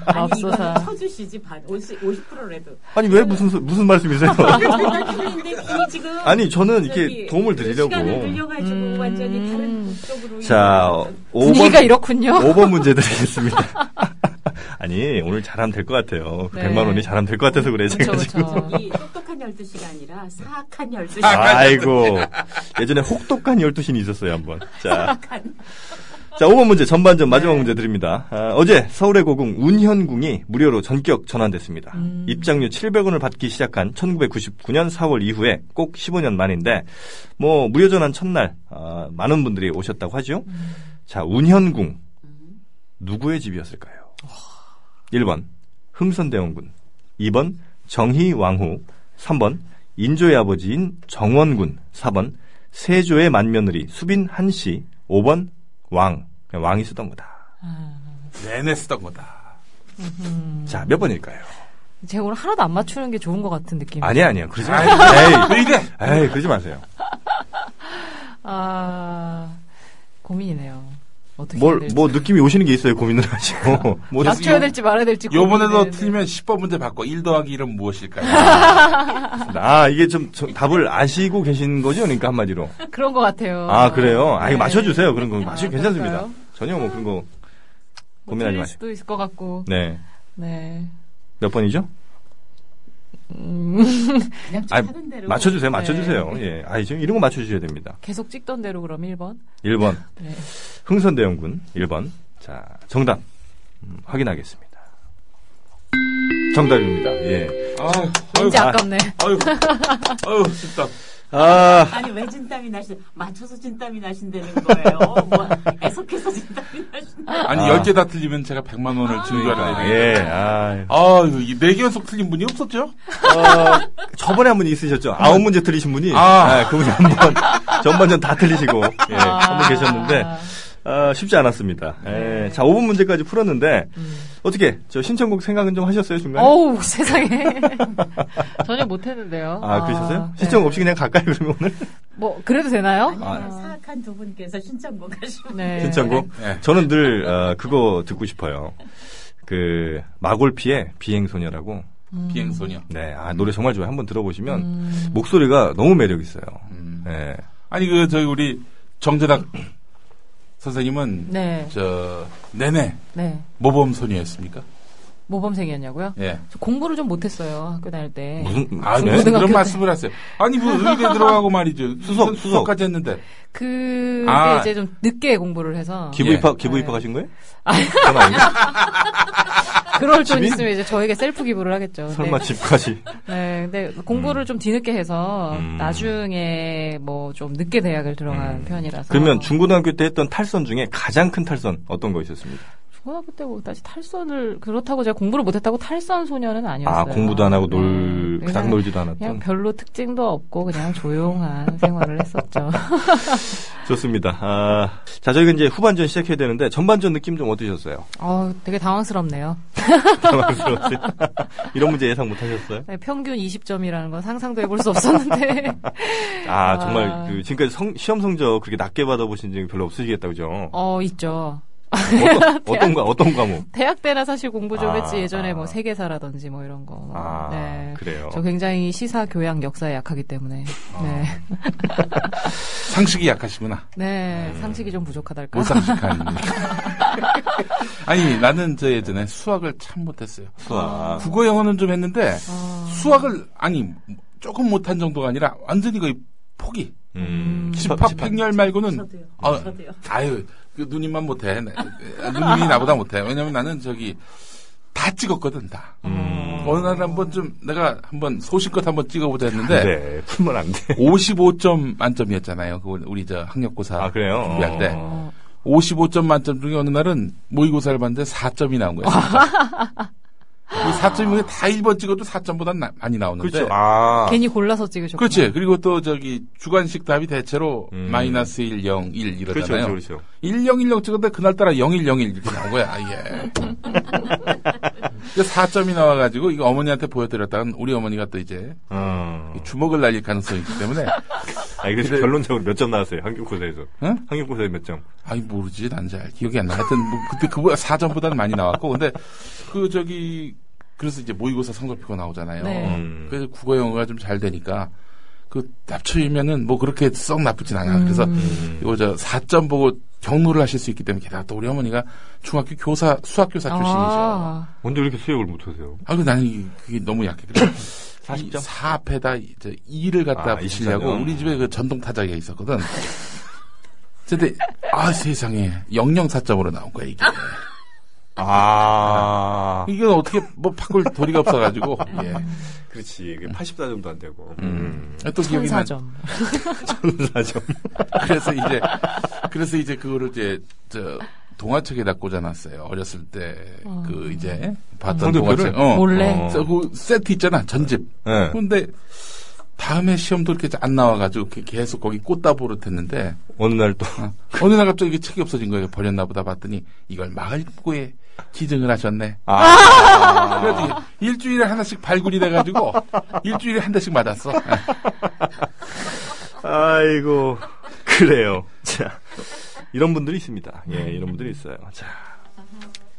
[SPEAKER 6] 이거
[SPEAKER 5] 맙소사.
[SPEAKER 6] 쳐주시지 반 50, 50%라도.
[SPEAKER 4] 예. 아니, 왜 무슨, 소- 무슨 말씀이세요?
[SPEAKER 6] 생각했는데 이 지금
[SPEAKER 4] 아니, 저는 이렇게
[SPEAKER 6] 저기
[SPEAKER 4] 도움을
[SPEAKER 6] 시간을
[SPEAKER 4] 드리려고.
[SPEAKER 6] 늘려가지고 완전히 다른 쪽으로
[SPEAKER 4] 자, 어.
[SPEAKER 5] 분위기가
[SPEAKER 4] 5번,
[SPEAKER 5] 이렇군요.
[SPEAKER 4] 5번 문제 드리겠습니다. 아니, 오늘 잘하면 될 것 같아요. 그
[SPEAKER 5] 네.
[SPEAKER 4] 100만 원이 잘하면 될 것 같아서 그래, 제가
[SPEAKER 5] 그쵸,
[SPEAKER 4] 지금.
[SPEAKER 5] 그쵸.
[SPEAKER 6] 이 똑똑한 12시가 아니라 사악한 12시.
[SPEAKER 4] 아이고. 예전에 혹독한 12신이 있었어요, 한 네. 번. 자. 자, 5번 문제, 전반전 마지막 문제 드립니다. 아, 어제 서울의 고궁 운현궁이 무료로 전격 전환됐습니다. 입장료 700원을 받기 시작한 1999년 4월 이후에 꼭 15년 만인데, 뭐, 무료 전환 첫날, 아, 많은 분들이 오셨다고 하죠. 자, 운현궁. 누구의 집이었을까요? 1번, 흥선대원군. 2번, 정희왕후. 3번, 인조의 아버지인 정원군 4번 세조의 만며느리 수빈 한씨 5번 왕 그냥 왕이 쓰던 거다
[SPEAKER 3] 내내 쓰던 거다.
[SPEAKER 4] 자 몇 번일까요?
[SPEAKER 5] 제가 오늘 하나도 안 맞추는 게 좋은 것 같은 느낌.
[SPEAKER 4] 아니 아니요 그러지 마세요
[SPEAKER 3] 왜 이래?
[SPEAKER 4] 에이, 에이 그러지 마세요
[SPEAKER 5] 아, 고민이네요. 어떻게 해야
[SPEAKER 4] 뭘
[SPEAKER 5] 될지.
[SPEAKER 4] 뭐 느낌이 오시는 게 있어요 고민을 하시고 뭐
[SPEAKER 5] 맞춰야 될지 말아야 될지.
[SPEAKER 3] 요번에도
[SPEAKER 5] 고민되는데.
[SPEAKER 3] 틀리면 10번 문제 받고 1 더하기 1은 무엇일까요?
[SPEAKER 4] 아 이게 좀 저- 답을 아시고 계신 거죠 그러니까 한마디로
[SPEAKER 5] 그런 것 같아요.
[SPEAKER 4] 아 그래요? 아 이거
[SPEAKER 5] 네.
[SPEAKER 4] 맞춰주세요 그런 거
[SPEAKER 5] 아,
[SPEAKER 4] 맞춰 괜찮습니다
[SPEAKER 5] 그럴까요?
[SPEAKER 4] 전혀 뭐 그런 거
[SPEAKER 5] 뭐
[SPEAKER 4] 고민하지
[SPEAKER 5] 틀릴
[SPEAKER 4] 마세요
[SPEAKER 5] 수도 있을 것 같고.
[SPEAKER 4] 네몇
[SPEAKER 5] 네.
[SPEAKER 4] 번이죠?
[SPEAKER 5] 음.
[SPEAKER 6] 그냥 좀
[SPEAKER 4] 아이,
[SPEAKER 6] 하는 대로.
[SPEAKER 4] 맞춰주세요 맞춰주세요 예 아이 지금 이런 거 맞춰주셔야 됩니다
[SPEAKER 5] 계속 찍던 대로 그럼 1번.
[SPEAKER 4] 1번
[SPEAKER 5] 네.
[SPEAKER 4] 흥선대원군 1번. 자, 정답. 음, 확인하겠습니다. 정답입니다. 예.
[SPEAKER 3] 아유,
[SPEAKER 5] 왠지
[SPEAKER 4] 아.
[SPEAKER 5] 아깝네.
[SPEAKER 3] 아유, 아유, 진짜.
[SPEAKER 4] 아,
[SPEAKER 6] 아니 왜 진땀이 나시? 맞춰서 진땀이 나신다는 거예요. 뭐 애석해서 진땀이 나신.
[SPEAKER 3] 아니,
[SPEAKER 4] 아.
[SPEAKER 3] 10개 다 틀리면 제가 100만 원을 증여하라. 예.
[SPEAKER 4] 예. 아,
[SPEAKER 3] 아유, 이 4개 연속 틀린 분이 없었죠?
[SPEAKER 4] 어, 저번에 한 분이 있으셨죠? 아홉 문제 틀리신 분이.
[SPEAKER 3] 아.
[SPEAKER 4] 아, 그분이 한 번, 전반전 다 틀리시고, 예, 한 분
[SPEAKER 5] 아.
[SPEAKER 4] 계셨는데, 아, 쉽지 않았습니다. 예. 자, 5분 문제까지 풀었는데, 어떻게, 저 신청곡 생각은 좀 하셨어요, 중간에?
[SPEAKER 5] 어우, 세상에. 전혀 못했는데요.
[SPEAKER 4] 아, 그러셨어요?
[SPEAKER 5] 네.
[SPEAKER 4] 신청 없이 그냥 갈까요, 그러면 오늘?
[SPEAKER 5] 뭐, 그래도 되나요?
[SPEAKER 6] 아니 사악한 두 분께서 신청곡 뭐 하시면
[SPEAKER 5] 네.
[SPEAKER 4] 신청곡?
[SPEAKER 3] 네.
[SPEAKER 4] 저는 늘 어, 그거 듣고 싶어요. 그 마골피의 비행소녀라고.
[SPEAKER 3] 아, 비행소녀.
[SPEAKER 4] 네, 아, 노래 정말 좋아요. 한번 들어보시면
[SPEAKER 5] 음.
[SPEAKER 4] 목소리가 너무 매력 있어요.
[SPEAKER 3] 음.
[SPEAKER 4] 네.
[SPEAKER 3] 아니, 그, 저희 우리 정재당 선생님은,
[SPEAKER 5] 네.
[SPEAKER 3] 저, 내내
[SPEAKER 5] 네. 뭐
[SPEAKER 3] 모범소녀였습니까?
[SPEAKER 5] 모범생이었냐고요?
[SPEAKER 3] 예.
[SPEAKER 5] 저 공부를 좀 못했어요, 학교 다닐 때.
[SPEAKER 4] 무슨
[SPEAKER 3] 아,
[SPEAKER 4] 네?
[SPEAKER 3] 무슨
[SPEAKER 5] 고등학교
[SPEAKER 3] 그런
[SPEAKER 5] 때.
[SPEAKER 3] 말씀을 하세요. 아니, 뭐, 의대 들어가고 말이죠.
[SPEAKER 4] 수석,
[SPEAKER 3] 수-
[SPEAKER 4] 수석.
[SPEAKER 3] 수석까지 했는데.
[SPEAKER 5] 그게
[SPEAKER 3] 아.
[SPEAKER 5] 이제 좀 늦게 공부를 해서.
[SPEAKER 4] 기부
[SPEAKER 3] 예.
[SPEAKER 4] 입학 기부
[SPEAKER 5] 네.
[SPEAKER 4] 입학하신 거예요? 그건 아니고
[SPEAKER 5] 아, 그럴 돈
[SPEAKER 4] 집이?
[SPEAKER 5] 있으면 이제 저에게 셀프 기부를 하겠죠.
[SPEAKER 4] 설마
[SPEAKER 5] 네.
[SPEAKER 4] 집까지.
[SPEAKER 5] 네, 근데 공부를 좀 뒤늦게 해서
[SPEAKER 4] 음.
[SPEAKER 5] 나중에 뭐 좀 늦게 대학을 들어간 편이라서.
[SPEAKER 4] 그러면 중고등학교 때 했던 탈선 중에 가장 큰 탈선 어떤 거 있었습니까?
[SPEAKER 5] 중학교 때까지 탈선을 그렇다고 제가 공부를 못했다고 탈선 소녀는 아니었어요.
[SPEAKER 4] 아 공부도 안 하고 놀
[SPEAKER 5] 네,
[SPEAKER 4] 그닥
[SPEAKER 5] 그냥-
[SPEAKER 4] 놀지도
[SPEAKER 5] 그냥
[SPEAKER 4] 않았던.
[SPEAKER 5] 별로 특징도 없고 그냥 조용한 생활을 했었죠.
[SPEAKER 4] 좋습니다. 아, 자 저희가 이제 후반전 시작해야 되는데 전반전 느낌 좀 어떠셨어요?
[SPEAKER 5] 어, 되게 당황스럽네요.
[SPEAKER 4] 당황스러웠어요. 이런 문제 예상 못하셨어요?
[SPEAKER 5] 네, 평균 20점이라는 건 상상도 해볼 수 없었는데.
[SPEAKER 4] 아,
[SPEAKER 5] 아.
[SPEAKER 4] 정말 그 지금까지 성- 시험 성적 그렇게 낮게 받아보신 적이 별로 없으시겠다 그죠?
[SPEAKER 5] 어, 있죠.
[SPEAKER 4] 어떤, 어떤, 과- 어떤 과목?
[SPEAKER 5] 대학 때나 사실 공부 좀
[SPEAKER 4] 아,
[SPEAKER 5] 했지 예전에 뭐
[SPEAKER 4] 아.
[SPEAKER 5] 세계사라든지 뭐 이런 거.
[SPEAKER 4] 아,
[SPEAKER 5] 네.
[SPEAKER 4] 그래요. 아.
[SPEAKER 5] 저 굉장히 시사 교양 역사에 약하기 때문에 네.
[SPEAKER 3] 상식이 약하시구나.
[SPEAKER 5] 네. 상식이 좀 부족하달까?
[SPEAKER 3] 몰상식한. 아니, 나는 저 예전에 수학을 참 못했어요.
[SPEAKER 4] 수학.
[SPEAKER 3] 국어 영어는 좀 했는데 수학을 아니 조금 못한 정도가 아니라 완전히 거의 포기.
[SPEAKER 4] 음.
[SPEAKER 3] 집합 행렬 말고는
[SPEAKER 6] 저도요.
[SPEAKER 3] 아,
[SPEAKER 6] 저도요.
[SPEAKER 3] 아유 그 누님만 못해. 나- 누님이 나보다 못해. 왜냐면 나는 저기 다 찍었거든 다.
[SPEAKER 4] 음.
[SPEAKER 3] 어느 날 한번 좀 내가 한번 소신껏 한번 찍어보자 했는데
[SPEAKER 4] 네, 풀면 안 돼.
[SPEAKER 3] 55점 만점이었잖아요. 그 우리 저 학력고사
[SPEAKER 4] 아, 그래요?
[SPEAKER 3] 준비할 때
[SPEAKER 4] 어.
[SPEAKER 3] 55점 만점 중에 어느 날은 모의고사를 봤는데 4점이 나온 거예요. 이 4점이 다 1번 찍어도 4점보다 나, 많이 나오는데.
[SPEAKER 4] 그렇죠. 아.
[SPEAKER 5] 괜히 골라서 찍으셨고.
[SPEAKER 3] 그렇지. 그리고 또 저기 주관식 답이 대체로
[SPEAKER 4] 음.
[SPEAKER 3] 마이너스 1, 0, 1
[SPEAKER 4] 그렇죠,
[SPEAKER 3] 이러잖아요.
[SPEAKER 4] 그렇죠, 그렇죠.
[SPEAKER 3] 1, 0, 1, 0 찍었는데 그날따라 0, 1, 0, 1 이렇게 나온 거야. 예. 4점이 나와가지고 이거 어머니한테 보여드렸다간 우리 어머니가 또 이제
[SPEAKER 4] 음.
[SPEAKER 3] 주먹을 날릴 가능성이 있기 때문에
[SPEAKER 4] 아니, 그래서 결론적으로 몇 점 나왔어요? 한국고사에서.
[SPEAKER 3] 응?
[SPEAKER 4] 한국고사에 몇 점?
[SPEAKER 3] 아니 모르지 난 잘 기억이 안 나. 하여튼 뭐 그때 그보다 사전보다는 많이 나왔고 근데 그 저기 그래서 이제 모의고사 성적표가 나오잖아요.
[SPEAKER 5] 네.
[SPEAKER 4] 음.
[SPEAKER 3] 그래서 국어 영어가 좀 잘 되니까 그 납치면은 뭐 그렇게 썩 나쁘진 않아. 그래서 이거 저 4점 보고 경로를 하실 수 있기 때문에 게다가 또 우리 어머니가 중학교 교사 수학 교사 출신이셔.
[SPEAKER 5] 아,
[SPEAKER 4] 언제 이렇게 수역을 못하세요?
[SPEAKER 3] 아, 그 나는 이- 그게 너무 약해. 그래. 4 앞에다 이제 2를 갖다
[SPEAKER 4] 아,
[SPEAKER 3] 붙이려고
[SPEAKER 4] 24년.
[SPEAKER 3] 우리 집에 그 전동 타자기가 있었거든. 근데 아 세상에 004점으로 나온 거야 이게.
[SPEAKER 4] 아.
[SPEAKER 3] 이건 어떻게 뭐 바꿀 도리가 없어가지고 예.
[SPEAKER 4] 그렇지. 84점도 안 되고. 음.
[SPEAKER 3] 또 기억이 나.
[SPEAKER 5] 1004점.
[SPEAKER 4] 84점.
[SPEAKER 3] 그래서 이제 그래서 이제 그거를 이제 저 동화책에다 꽂아놨어요. 어렸을 때 그 이제 봤던
[SPEAKER 4] 성적표를?
[SPEAKER 3] 동화책. 어.
[SPEAKER 5] 몰래.
[SPEAKER 4] 어.
[SPEAKER 3] 그래서 그 세트 있잖아 전집.
[SPEAKER 4] 네.
[SPEAKER 3] 근데 다음에 시험도 이렇게 안 나와가지고 이렇게 계속 거기 꽂다 버릇했는데
[SPEAKER 4] 어느 날 또.
[SPEAKER 3] 어. 어느 날 갑자기 이게 책이 없어진 거예요. 버렸나 보다 봤더니 이걸 마을고에 기증을 하셨네.
[SPEAKER 4] 아.
[SPEAKER 3] 그래가지고 일주일에 하나씩 발굴이 돼가지고 일주일에 한 대씩 맞았어.
[SPEAKER 4] 아이고. 그래요. 자. 이런 분들이 있습니다.
[SPEAKER 3] 음.
[SPEAKER 4] 예, 이런 분들이 있어요. 자.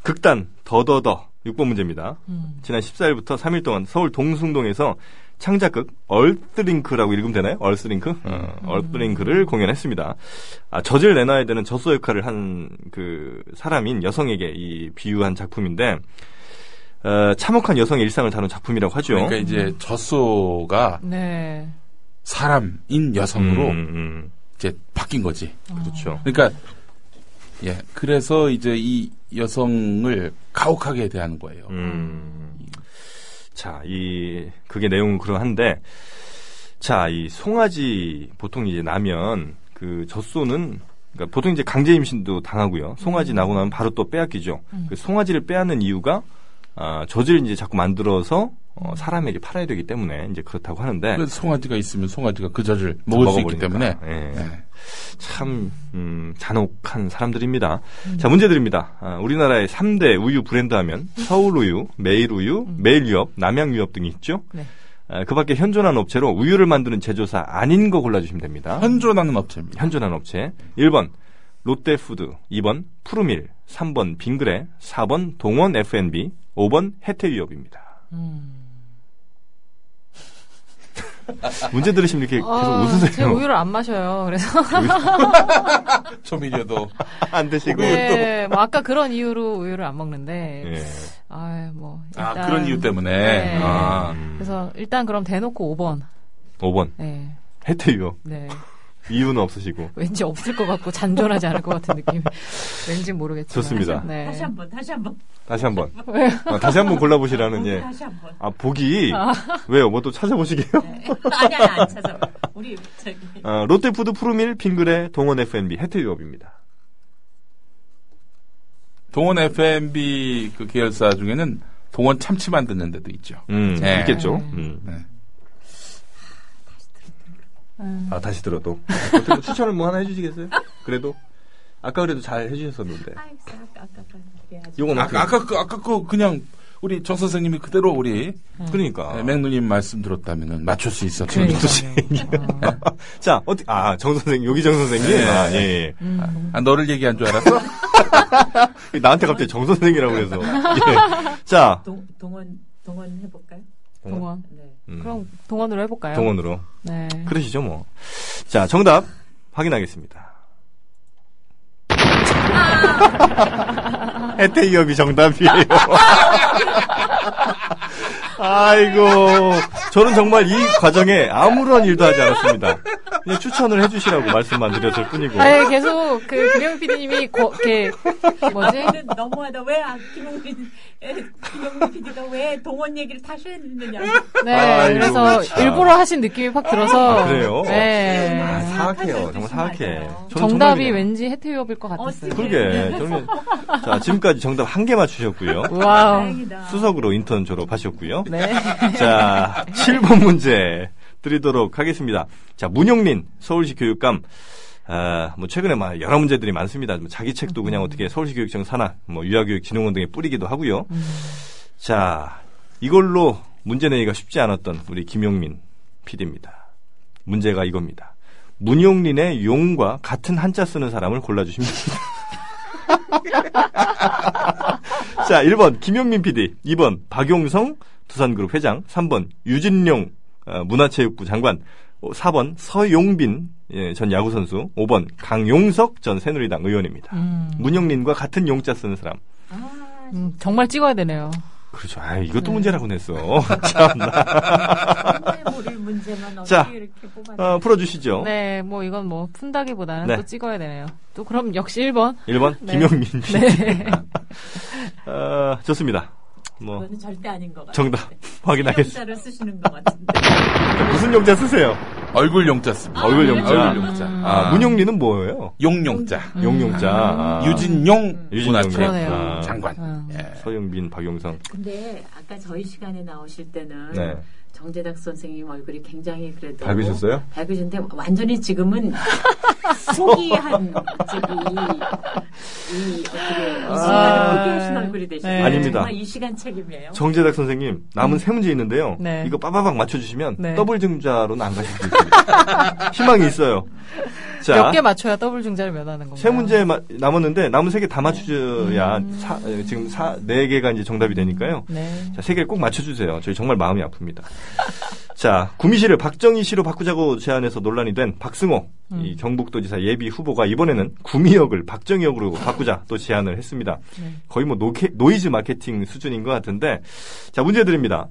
[SPEAKER 4] 극단, 더더더. 6번 문제입니다.
[SPEAKER 3] 음.
[SPEAKER 4] 지난 14일부터 3일 동안 서울 동숭동에서 창작극 얼뜨링크라고 읽으면 되나요? 얼스링크? 어,
[SPEAKER 3] 음.
[SPEAKER 4] 얼뜨링크를 공연했습니다. 아, 젖을 내놔야 되는 젖소 역할을 한 그 사람인 여성에게 이 비유한 작품인데 어, 참혹한 여성의 일상을 다룬 작품이라고 하죠.
[SPEAKER 3] 그러니까 이제 젖소가
[SPEAKER 5] 네.
[SPEAKER 3] 사람인 여성으로
[SPEAKER 4] 음,
[SPEAKER 3] 이제 바뀐 거지.
[SPEAKER 4] 음, 그렇죠.
[SPEAKER 3] 그러니까 예, 그래서 이제 이 여성을 가혹하게 대하는 거예요.
[SPEAKER 4] 음. 자, 이 그게 내용은 그러한데 자, 이 송아지 보통 이제 나면 그 젖소는 그러니까 보통 이제 강제 임신도 당하고요. 송아지 나고 나면 바로 또 빼앗기죠. 그 송아지를 빼앗는 이유가 아, 젖을 이제 자꾸 만들어서 어, 사람에게 팔아야 되기 때문에 이제 그렇다고 하는데
[SPEAKER 3] 네. 그래서 송아지가 있으면 송아지가 그 젖을 먹을 수 있기 때문에
[SPEAKER 4] 먹어버리니까. 예.
[SPEAKER 3] 예.
[SPEAKER 4] 참 음, 잔혹한 사람들입니다. 자 문제 드립니다. 아, 우리나라의 3대 우유 브랜드 하면 서울우유, 매일우유, 매일유업, 남양유업 등이 있죠.
[SPEAKER 5] 네.
[SPEAKER 4] 아, 그 밖에 현존하는 업체로 우유를 만드는 제조사 아닌 거 골라주시면 됩니다.
[SPEAKER 3] 현존하는 업체입니다.
[SPEAKER 4] 현존하는 업체 1번 롯데푸드, 2번 푸르밀, 3번 빙그레, 4번 동원 F&B, 5번 해태유업입니다. 문제 들으시면 이렇게 계속
[SPEAKER 5] 아, 제가
[SPEAKER 4] 웃으세요.
[SPEAKER 5] 우유를 안 마셔요. 그래서
[SPEAKER 3] 조미료도
[SPEAKER 4] 안 드시고
[SPEAKER 5] 네, 뭐 아까 그런 이유로 우유를 안 먹는데
[SPEAKER 4] 예.
[SPEAKER 5] 아유 뭐
[SPEAKER 3] 아
[SPEAKER 5] 일단
[SPEAKER 3] 그런 이유 때문에
[SPEAKER 5] 네.
[SPEAKER 3] 아.
[SPEAKER 5] 그래서 일단 그럼 대놓고 5번.
[SPEAKER 4] 5번
[SPEAKER 5] 네.
[SPEAKER 4] 해태유업
[SPEAKER 5] 네.
[SPEAKER 4] 이유는 없으시고
[SPEAKER 5] 왠지 없을 것 같고 잔존하지 않을 것 같은 느낌. 왠지 모르겠지만.
[SPEAKER 4] 좋습니다.
[SPEAKER 5] 네.
[SPEAKER 6] 다시 한 번, 다시 한 번.
[SPEAKER 4] 다시 한번 아, 다시 한번 골라보시라는 예.
[SPEAKER 6] 다시 한 번.
[SPEAKER 4] 아 보기 왜요? 뭐 또 찾아보시게요?
[SPEAKER 6] 네. 아니, 아니, 안 찾아. 우리 저기.
[SPEAKER 4] 아, 롯데푸드 푸르밀 빙그레 동원 F&B 해태유업입니다.
[SPEAKER 3] 동원 F&B 그 계열사 중에는 동원 참치 만드는 데도 있죠.
[SPEAKER 4] 음,
[SPEAKER 3] 네.
[SPEAKER 4] 있겠죠.
[SPEAKER 5] 네.
[SPEAKER 4] 음.
[SPEAKER 3] 네.
[SPEAKER 4] 아 다시 들어도 어떻게 추천을 뭐 하나 해주시겠어요? 그래도 아까 그래도 잘 해주셨었는데
[SPEAKER 6] 아이, 아까, 아까, 아까. 네, 아주.
[SPEAKER 4] 요건
[SPEAKER 3] 아까 아까 그 아까 그 그냥 우리 정 선생님이 그대로 우리 네,
[SPEAKER 4] 그러니까
[SPEAKER 3] 맹 누님 말씀 들었다면은 맞출 수 있었죠.
[SPEAKER 5] 그러니까요. 어.
[SPEAKER 3] 네.
[SPEAKER 4] 자 어떻게 아정 선생 여기 정 선생님 아, 예, 예.
[SPEAKER 3] 아, 너를 얘기한 줄 알았어?
[SPEAKER 4] 나한테 갑자기 정 선생이라고 그래서. 예. 자,
[SPEAKER 6] 동, 동원 동원 해볼까요?
[SPEAKER 5] 동원.
[SPEAKER 6] 네.
[SPEAKER 4] 음,
[SPEAKER 5] 그럼 동원으로 해볼까요?
[SPEAKER 4] 동원으로.
[SPEAKER 5] 네.
[SPEAKER 4] 그러시죠 뭐. 자, 정답 확인하겠습니다.
[SPEAKER 5] 아.
[SPEAKER 4] 해태위협이 정답이에요. 아이고, 저는 정말 이 과정에 아무런 일도 하지 않았습니다. 그냥 추천을 해주시라고 말씀만 드렸을 뿐이고.
[SPEAKER 5] 아예 계속 그 김영민 PD님이 이렇게 뭐지?
[SPEAKER 6] 얘는 너무하다. 왜 아, 김용민 에, 김용민 PD가 왜 동원 얘기를 다시 했느냐?
[SPEAKER 5] 네.
[SPEAKER 4] 아이고,
[SPEAKER 5] 그래서
[SPEAKER 4] 참.
[SPEAKER 5] 일부러 하신 느낌이 팍 들어서.
[SPEAKER 4] 아, 그래요?
[SPEAKER 5] 네.
[SPEAKER 4] 아, 사악해요. 정말
[SPEAKER 6] 뜻이
[SPEAKER 4] 사악해.
[SPEAKER 6] 맞아요.
[SPEAKER 4] 저는
[SPEAKER 5] 정답이
[SPEAKER 4] 정말 그냥-
[SPEAKER 5] 왠지 해태위협일 것 같았어요.
[SPEAKER 6] 어떻게-
[SPEAKER 4] 그러게. 정말. 자, 지금까지 정답 한 개 맞추셨고요.
[SPEAKER 5] 와우.
[SPEAKER 6] 다행이다.
[SPEAKER 4] 수석으로 인턴 졸업하셨고요.
[SPEAKER 5] 네.
[SPEAKER 4] 자, 7번 문제 드리도록 하겠습니다. 자, 문용민 서울시 교육감. 아, 뭐 최근에 막 여러 문제들이 많습니다. 뭐 자기 책도 그냥 어떻게 서울시 교육청 산하, 뭐 유아교육진흥원 등에 뿌리기도 하고요. 자, 이걸로 문제 내기가 쉽지 않았던 우리 김용민 PD입니다. 문제가 이겁니다. 문용린의 용과 같은 한자 쓰는 사람을 골라주시면 됩니다. 자, 1번 김용민 PD, 2번 박용성 두산그룹 회장, 3번 유진룡 어, 문화체육부 장관, 어, 4번 서용빈 예, 전 야구선수, 5번 강용석 전 새누리당 의원입니다.
[SPEAKER 5] 음.
[SPEAKER 4] 문용린과 같은 용자 쓰는 사람.
[SPEAKER 6] 아,
[SPEAKER 5] 음, 정말 찍어야 되네요.
[SPEAKER 4] 그렇죠. 아, 이것도
[SPEAKER 5] 네.
[SPEAKER 4] 문제라고 냈어. 참나.
[SPEAKER 6] 정말 모를 네, 문제만 어떻게
[SPEAKER 4] 자,
[SPEAKER 6] 이렇게 뽑아?
[SPEAKER 4] 어, 풀어주시죠.
[SPEAKER 5] 네, 뭐 이건 뭐 푼다기보다는
[SPEAKER 4] 네.
[SPEAKER 5] 또 찍어야 되네요. 또 그럼 역시 1번.
[SPEAKER 4] 1번
[SPEAKER 5] 네.
[SPEAKER 4] 김용민 PD.
[SPEAKER 5] 네.
[SPEAKER 4] 어, 좋습니다. 뭐
[SPEAKER 6] 그거는 절대 아닌 것 같아요.
[SPEAKER 4] 정답 확인하겠습니다.
[SPEAKER 6] 용자를 쓰시는 것 같은데.
[SPEAKER 4] 무슨 용자 쓰세요?
[SPEAKER 3] 얼굴 용자 씁니다.
[SPEAKER 4] 얼굴 용자.
[SPEAKER 3] 얼굴 용자.
[SPEAKER 4] 아, 문용리는 뭐예요?
[SPEAKER 3] 용 용자.
[SPEAKER 5] 음.
[SPEAKER 4] 용용자. 아.
[SPEAKER 3] 유진용
[SPEAKER 4] 유진용
[SPEAKER 5] 그러네요.
[SPEAKER 3] 문화체육부
[SPEAKER 4] 아.
[SPEAKER 3] 장관.
[SPEAKER 5] 아.
[SPEAKER 3] 예.
[SPEAKER 4] 서영빈, 박용성.
[SPEAKER 6] 근데 아까 저희 시간에 나오실 때는
[SPEAKER 4] 네.
[SPEAKER 6] 정재닥 선생님 얼굴이 굉장히 그래도
[SPEAKER 4] 밝으셨어요?
[SPEAKER 6] 밝으신데 완전히 지금은 포기한 저기 이 어떻게 이 순간을 포기하신 얼굴이 되시죠.
[SPEAKER 5] 네.
[SPEAKER 4] 아. 아닙니다.
[SPEAKER 6] 정말 이 시간 책임이에요.
[SPEAKER 4] 정재닥 선생님 남은 세 문제 있는데요.
[SPEAKER 5] 음. 네.
[SPEAKER 4] 이거 빠바박 맞춰주시면
[SPEAKER 5] 네.
[SPEAKER 4] 더블 증자로는 안 가실 수 있습니다. 희망이 있어요.
[SPEAKER 5] 몇
[SPEAKER 4] 자,
[SPEAKER 5] 개 맞춰야 더블 중자를 면하는 건가요? 음.
[SPEAKER 4] 세 문제 마- 남았는데 남은 세 개 다 맞추셔야 사- 에, 지금 사, 네 개가 이제 정답이 되니까요.
[SPEAKER 5] 네.
[SPEAKER 4] 자, 세 개를 꼭 맞춰주세요. 저희 정말 마음이 아픕니다. 자, 구미시를 박정희 씨로 바꾸자고 제안해서 논란이 된 박승호
[SPEAKER 5] 음.
[SPEAKER 4] 이 경북도지사 예비 후보가 이번에는 구미역을 박정희역으로 바꾸자 또 제안을 했습니다.
[SPEAKER 5] 네.
[SPEAKER 4] 거의 뭐 노케, 노이즈 마케팅 수준인 것 같은데 자 문제 드립니다.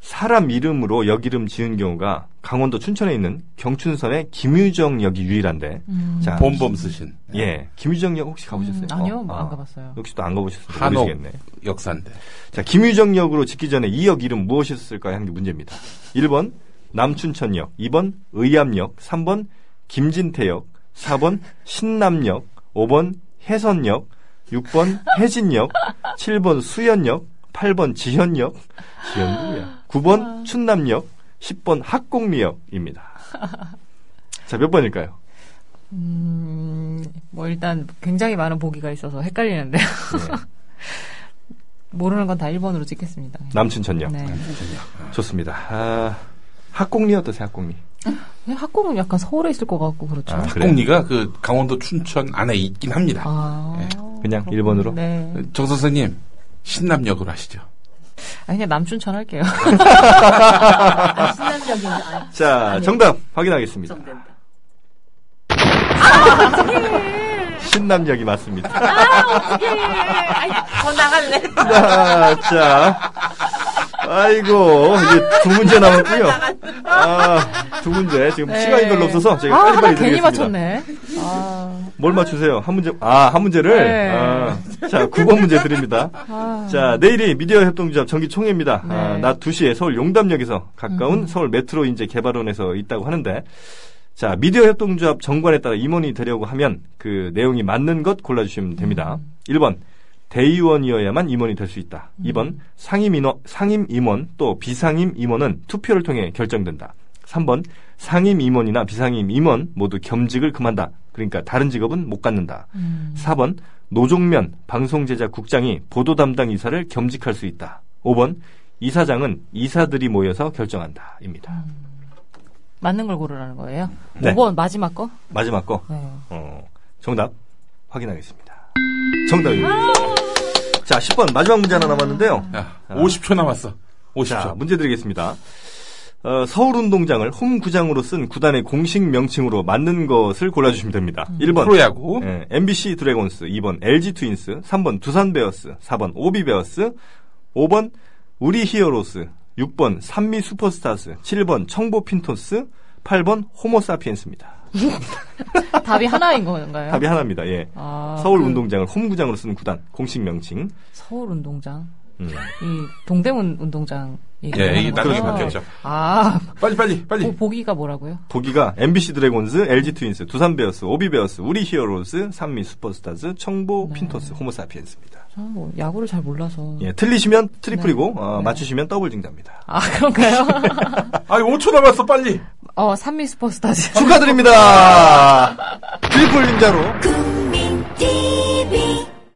[SPEAKER 4] 사람 이름으로 역 이름 지은 경우가 강원도 춘천에 있는 경춘선의 김유정 역이 유일한데 자
[SPEAKER 3] 봄봄 쓰신
[SPEAKER 4] 예 김유정 역 혹시 가보셨어요?
[SPEAKER 5] 음. 아니요, 뭐
[SPEAKER 4] 어,
[SPEAKER 5] 안
[SPEAKER 4] 아.
[SPEAKER 5] 가봤어요.
[SPEAKER 4] 혹시 또 안 가보셨어요?
[SPEAKER 3] 한옥
[SPEAKER 4] 모르시겠네.
[SPEAKER 3] 역사인데.
[SPEAKER 4] 자, 김유정 역으로 짓기 전에 이 역 이름 무엇이었을까요? 하는 게 문제입니다. 1번 남춘천역, 2번 의암역, 3번 김진태역, 4번 신남역, 5번 해선역, 6번 혜진역, 7번 수연역, 8번 지현역, 지현 누구야? 9번 춘남역, 10번 학곡리역입니다. 자, 몇 번일까요?
[SPEAKER 5] 음, 뭐 일단 굉장히 많은 보기가 있어서 헷갈리는데요. 모르는 건 다 1번으로 찍겠습니다.
[SPEAKER 4] 남춘천역.
[SPEAKER 5] 네.
[SPEAKER 4] 좋습니다. 아, 학곡리 어떠세요, 학곡리?
[SPEAKER 5] 네, 학공은 약간 서울에 있을 것 같고 그렇죠.
[SPEAKER 4] 아, 그래요?
[SPEAKER 3] 꽁리가 그 강원도 춘천 안에 있긴 합니다.
[SPEAKER 5] 아,
[SPEAKER 4] 그냥
[SPEAKER 5] 그렇군요.
[SPEAKER 4] 1번으로?
[SPEAKER 5] 네.
[SPEAKER 3] 정 선생님 신남역으로 하시죠.
[SPEAKER 5] 아, 그냥 남춘천 할게요.
[SPEAKER 6] 아, 신남적인 아,
[SPEAKER 4] 자,
[SPEAKER 6] 아니요.
[SPEAKER 4] 정답 확인하겠습니다.
[SPEAKER 6] 정된다.
[SPEAKER 5] 아,
[SPEAKER 4] 신남역이 맞습니다.
[SPEAKER 6] 더 나갈래.
[SPEAKER 4] 아, 자. 아이고, 이제 두 문제 남았고요. 아, 두 문제. 지금
[SPEAKER 5] 네.
[SPEAKER 4] 시간이 별로 없어서 제가
[SPEAKER 5] 아,
[SPEAKER 4] 빨리빨리
[SPEAKER 5] 하나 괜히
[SPEAKER 4] 드리겠습니다.
[SPEAKER 5] 맞췄네. 아,
[SPEAKER 4] 뭘 맞추세요? 한 문제, 아, 한 문제를?
[SPEAKER 5] 네.
[SPEAKER 4] 아, 자, 9번 문제 드립니다.
[SPEAKER 5] 아.
[SPEAKER 4] 자, 내일이 미디어 협동조합 정기총회입니다. 아,
[SPEAKER 5] 네. 음.
[SPEAKER 4] 낮 2시에 서울 용담역에서 가까운 서울 메트로 인재 개발원에서 있다고 하는데, 자, 미디어 협동조합 정관에 따라 임원이 되려고 하면 그 내용이 맞는 것 골라주시면 됩니다. 1번, 대의원이어야만 임원이 될 수 있다. 2번, 상임인원, 상임임원 또 비상임임원은 투표를 통해 결정된다. 3번, 상임임원이나 비상임임원 모두 겸직을 금한다. 그러니까 다른 직업은 못 갖는다. 4번 노종면 방송제작 국장이 보도 담당 이사를 겸직할 수 있다. 5번 이사장은 이사들이 모여서 결정한다입니다.
[SPEAKER 5] 맞는 걸 고르라는 거예요?
[SPEAKER 4] 네.
[SPEAKER 5] 5번 마지막 거?
[SPEAKER 4] 마지막 거
[SPEAKER 5] 네.
[SPEAKER 4] 어, 정답 확인하겠습니다. 정답입니다. 자, 10번 마지막 문제 하나 남았는데요.
[SPEAKER 3] 야, 50초 남았어. 50초.
[SPEAKER 4] 아. 자, 문제 드리겠습니다. 어, 서울 운동장을 홈 구장으로 쓴 구단의 공식 명칭으로 맞는 것을 골라주시면 됩니다.
[SPEAKER 5] 음.
[SPEAKER 4] 1번
[SPEAKER 3] 프로야구.
[SPEAKER 4] 예, MBC 드래곤스, 2번 LG 트윈스, 3번 두산 베어스, 4번 오비 베어스, 5번 우리 히어로스, 6번 산미 슈퍼스타스, 7번 청보 핀토스, 8번 호모사피엔스입니다.
[SPEAKER 5] 답이 하나인 건가요?
[SPEAKER 4] 답이 하나입니다. 예.
[SPEAKER 5] 네. 아,
[SPEAKER 4] 서울
[SPEAKER 5] 그
[SPEAKER 4] 운동장을 홈 구장으로 쓰는 구단 공식 명칭.
[SPEAKER 5] 서울 운동장.
[SPEAKER 4] 음.
[SPEAKER 5] 이 동대문 운동장. 얘기를
[SPEAKER 3] 예, 이게
[SPEAKER 5] 하는 거죠?
[SPEAKER 3] 나중에
[SPEAKER 4] 그렇죠.
[SPEAKER 3] 바뀌었죠.
[SPEAKER 5] 아,
[SPEAKER 3] 빨리, 빨리, 빨리.
[SPEAKER 5] 뭐 보기가 뭐라고요?
[SPEAKER 4] 보기가 MBC 드래곤즈, LG 트윈스, 두산 베어스, 오비 베어스, 우리 히어로즈, 산미 슈퍼스타즈, 청보
[SPEAKER 5] 네.
[SPEAKER 4] 핀토스, 호모사피엔스입니다.
[SPEAKER 5] 저는 뭐 야구를 잘 몰라서.
[SPEAKER 4] 예, 틀리시면 트리플이고 어,
[SPEAKER 5] 네.
[SPEAKER 4] 맞추시면 더블 증자입니다.
[SPEAKER 5] 아, 그런가요?
[SPEAKER 3] 아니, 5초 남았어, 빨리.
[SPEAKER 4] 아,
[SPEAKER 5] 어, 산미 스포츠다지.
[SPEAKER 4] 축하드립니다. 트리플 림자로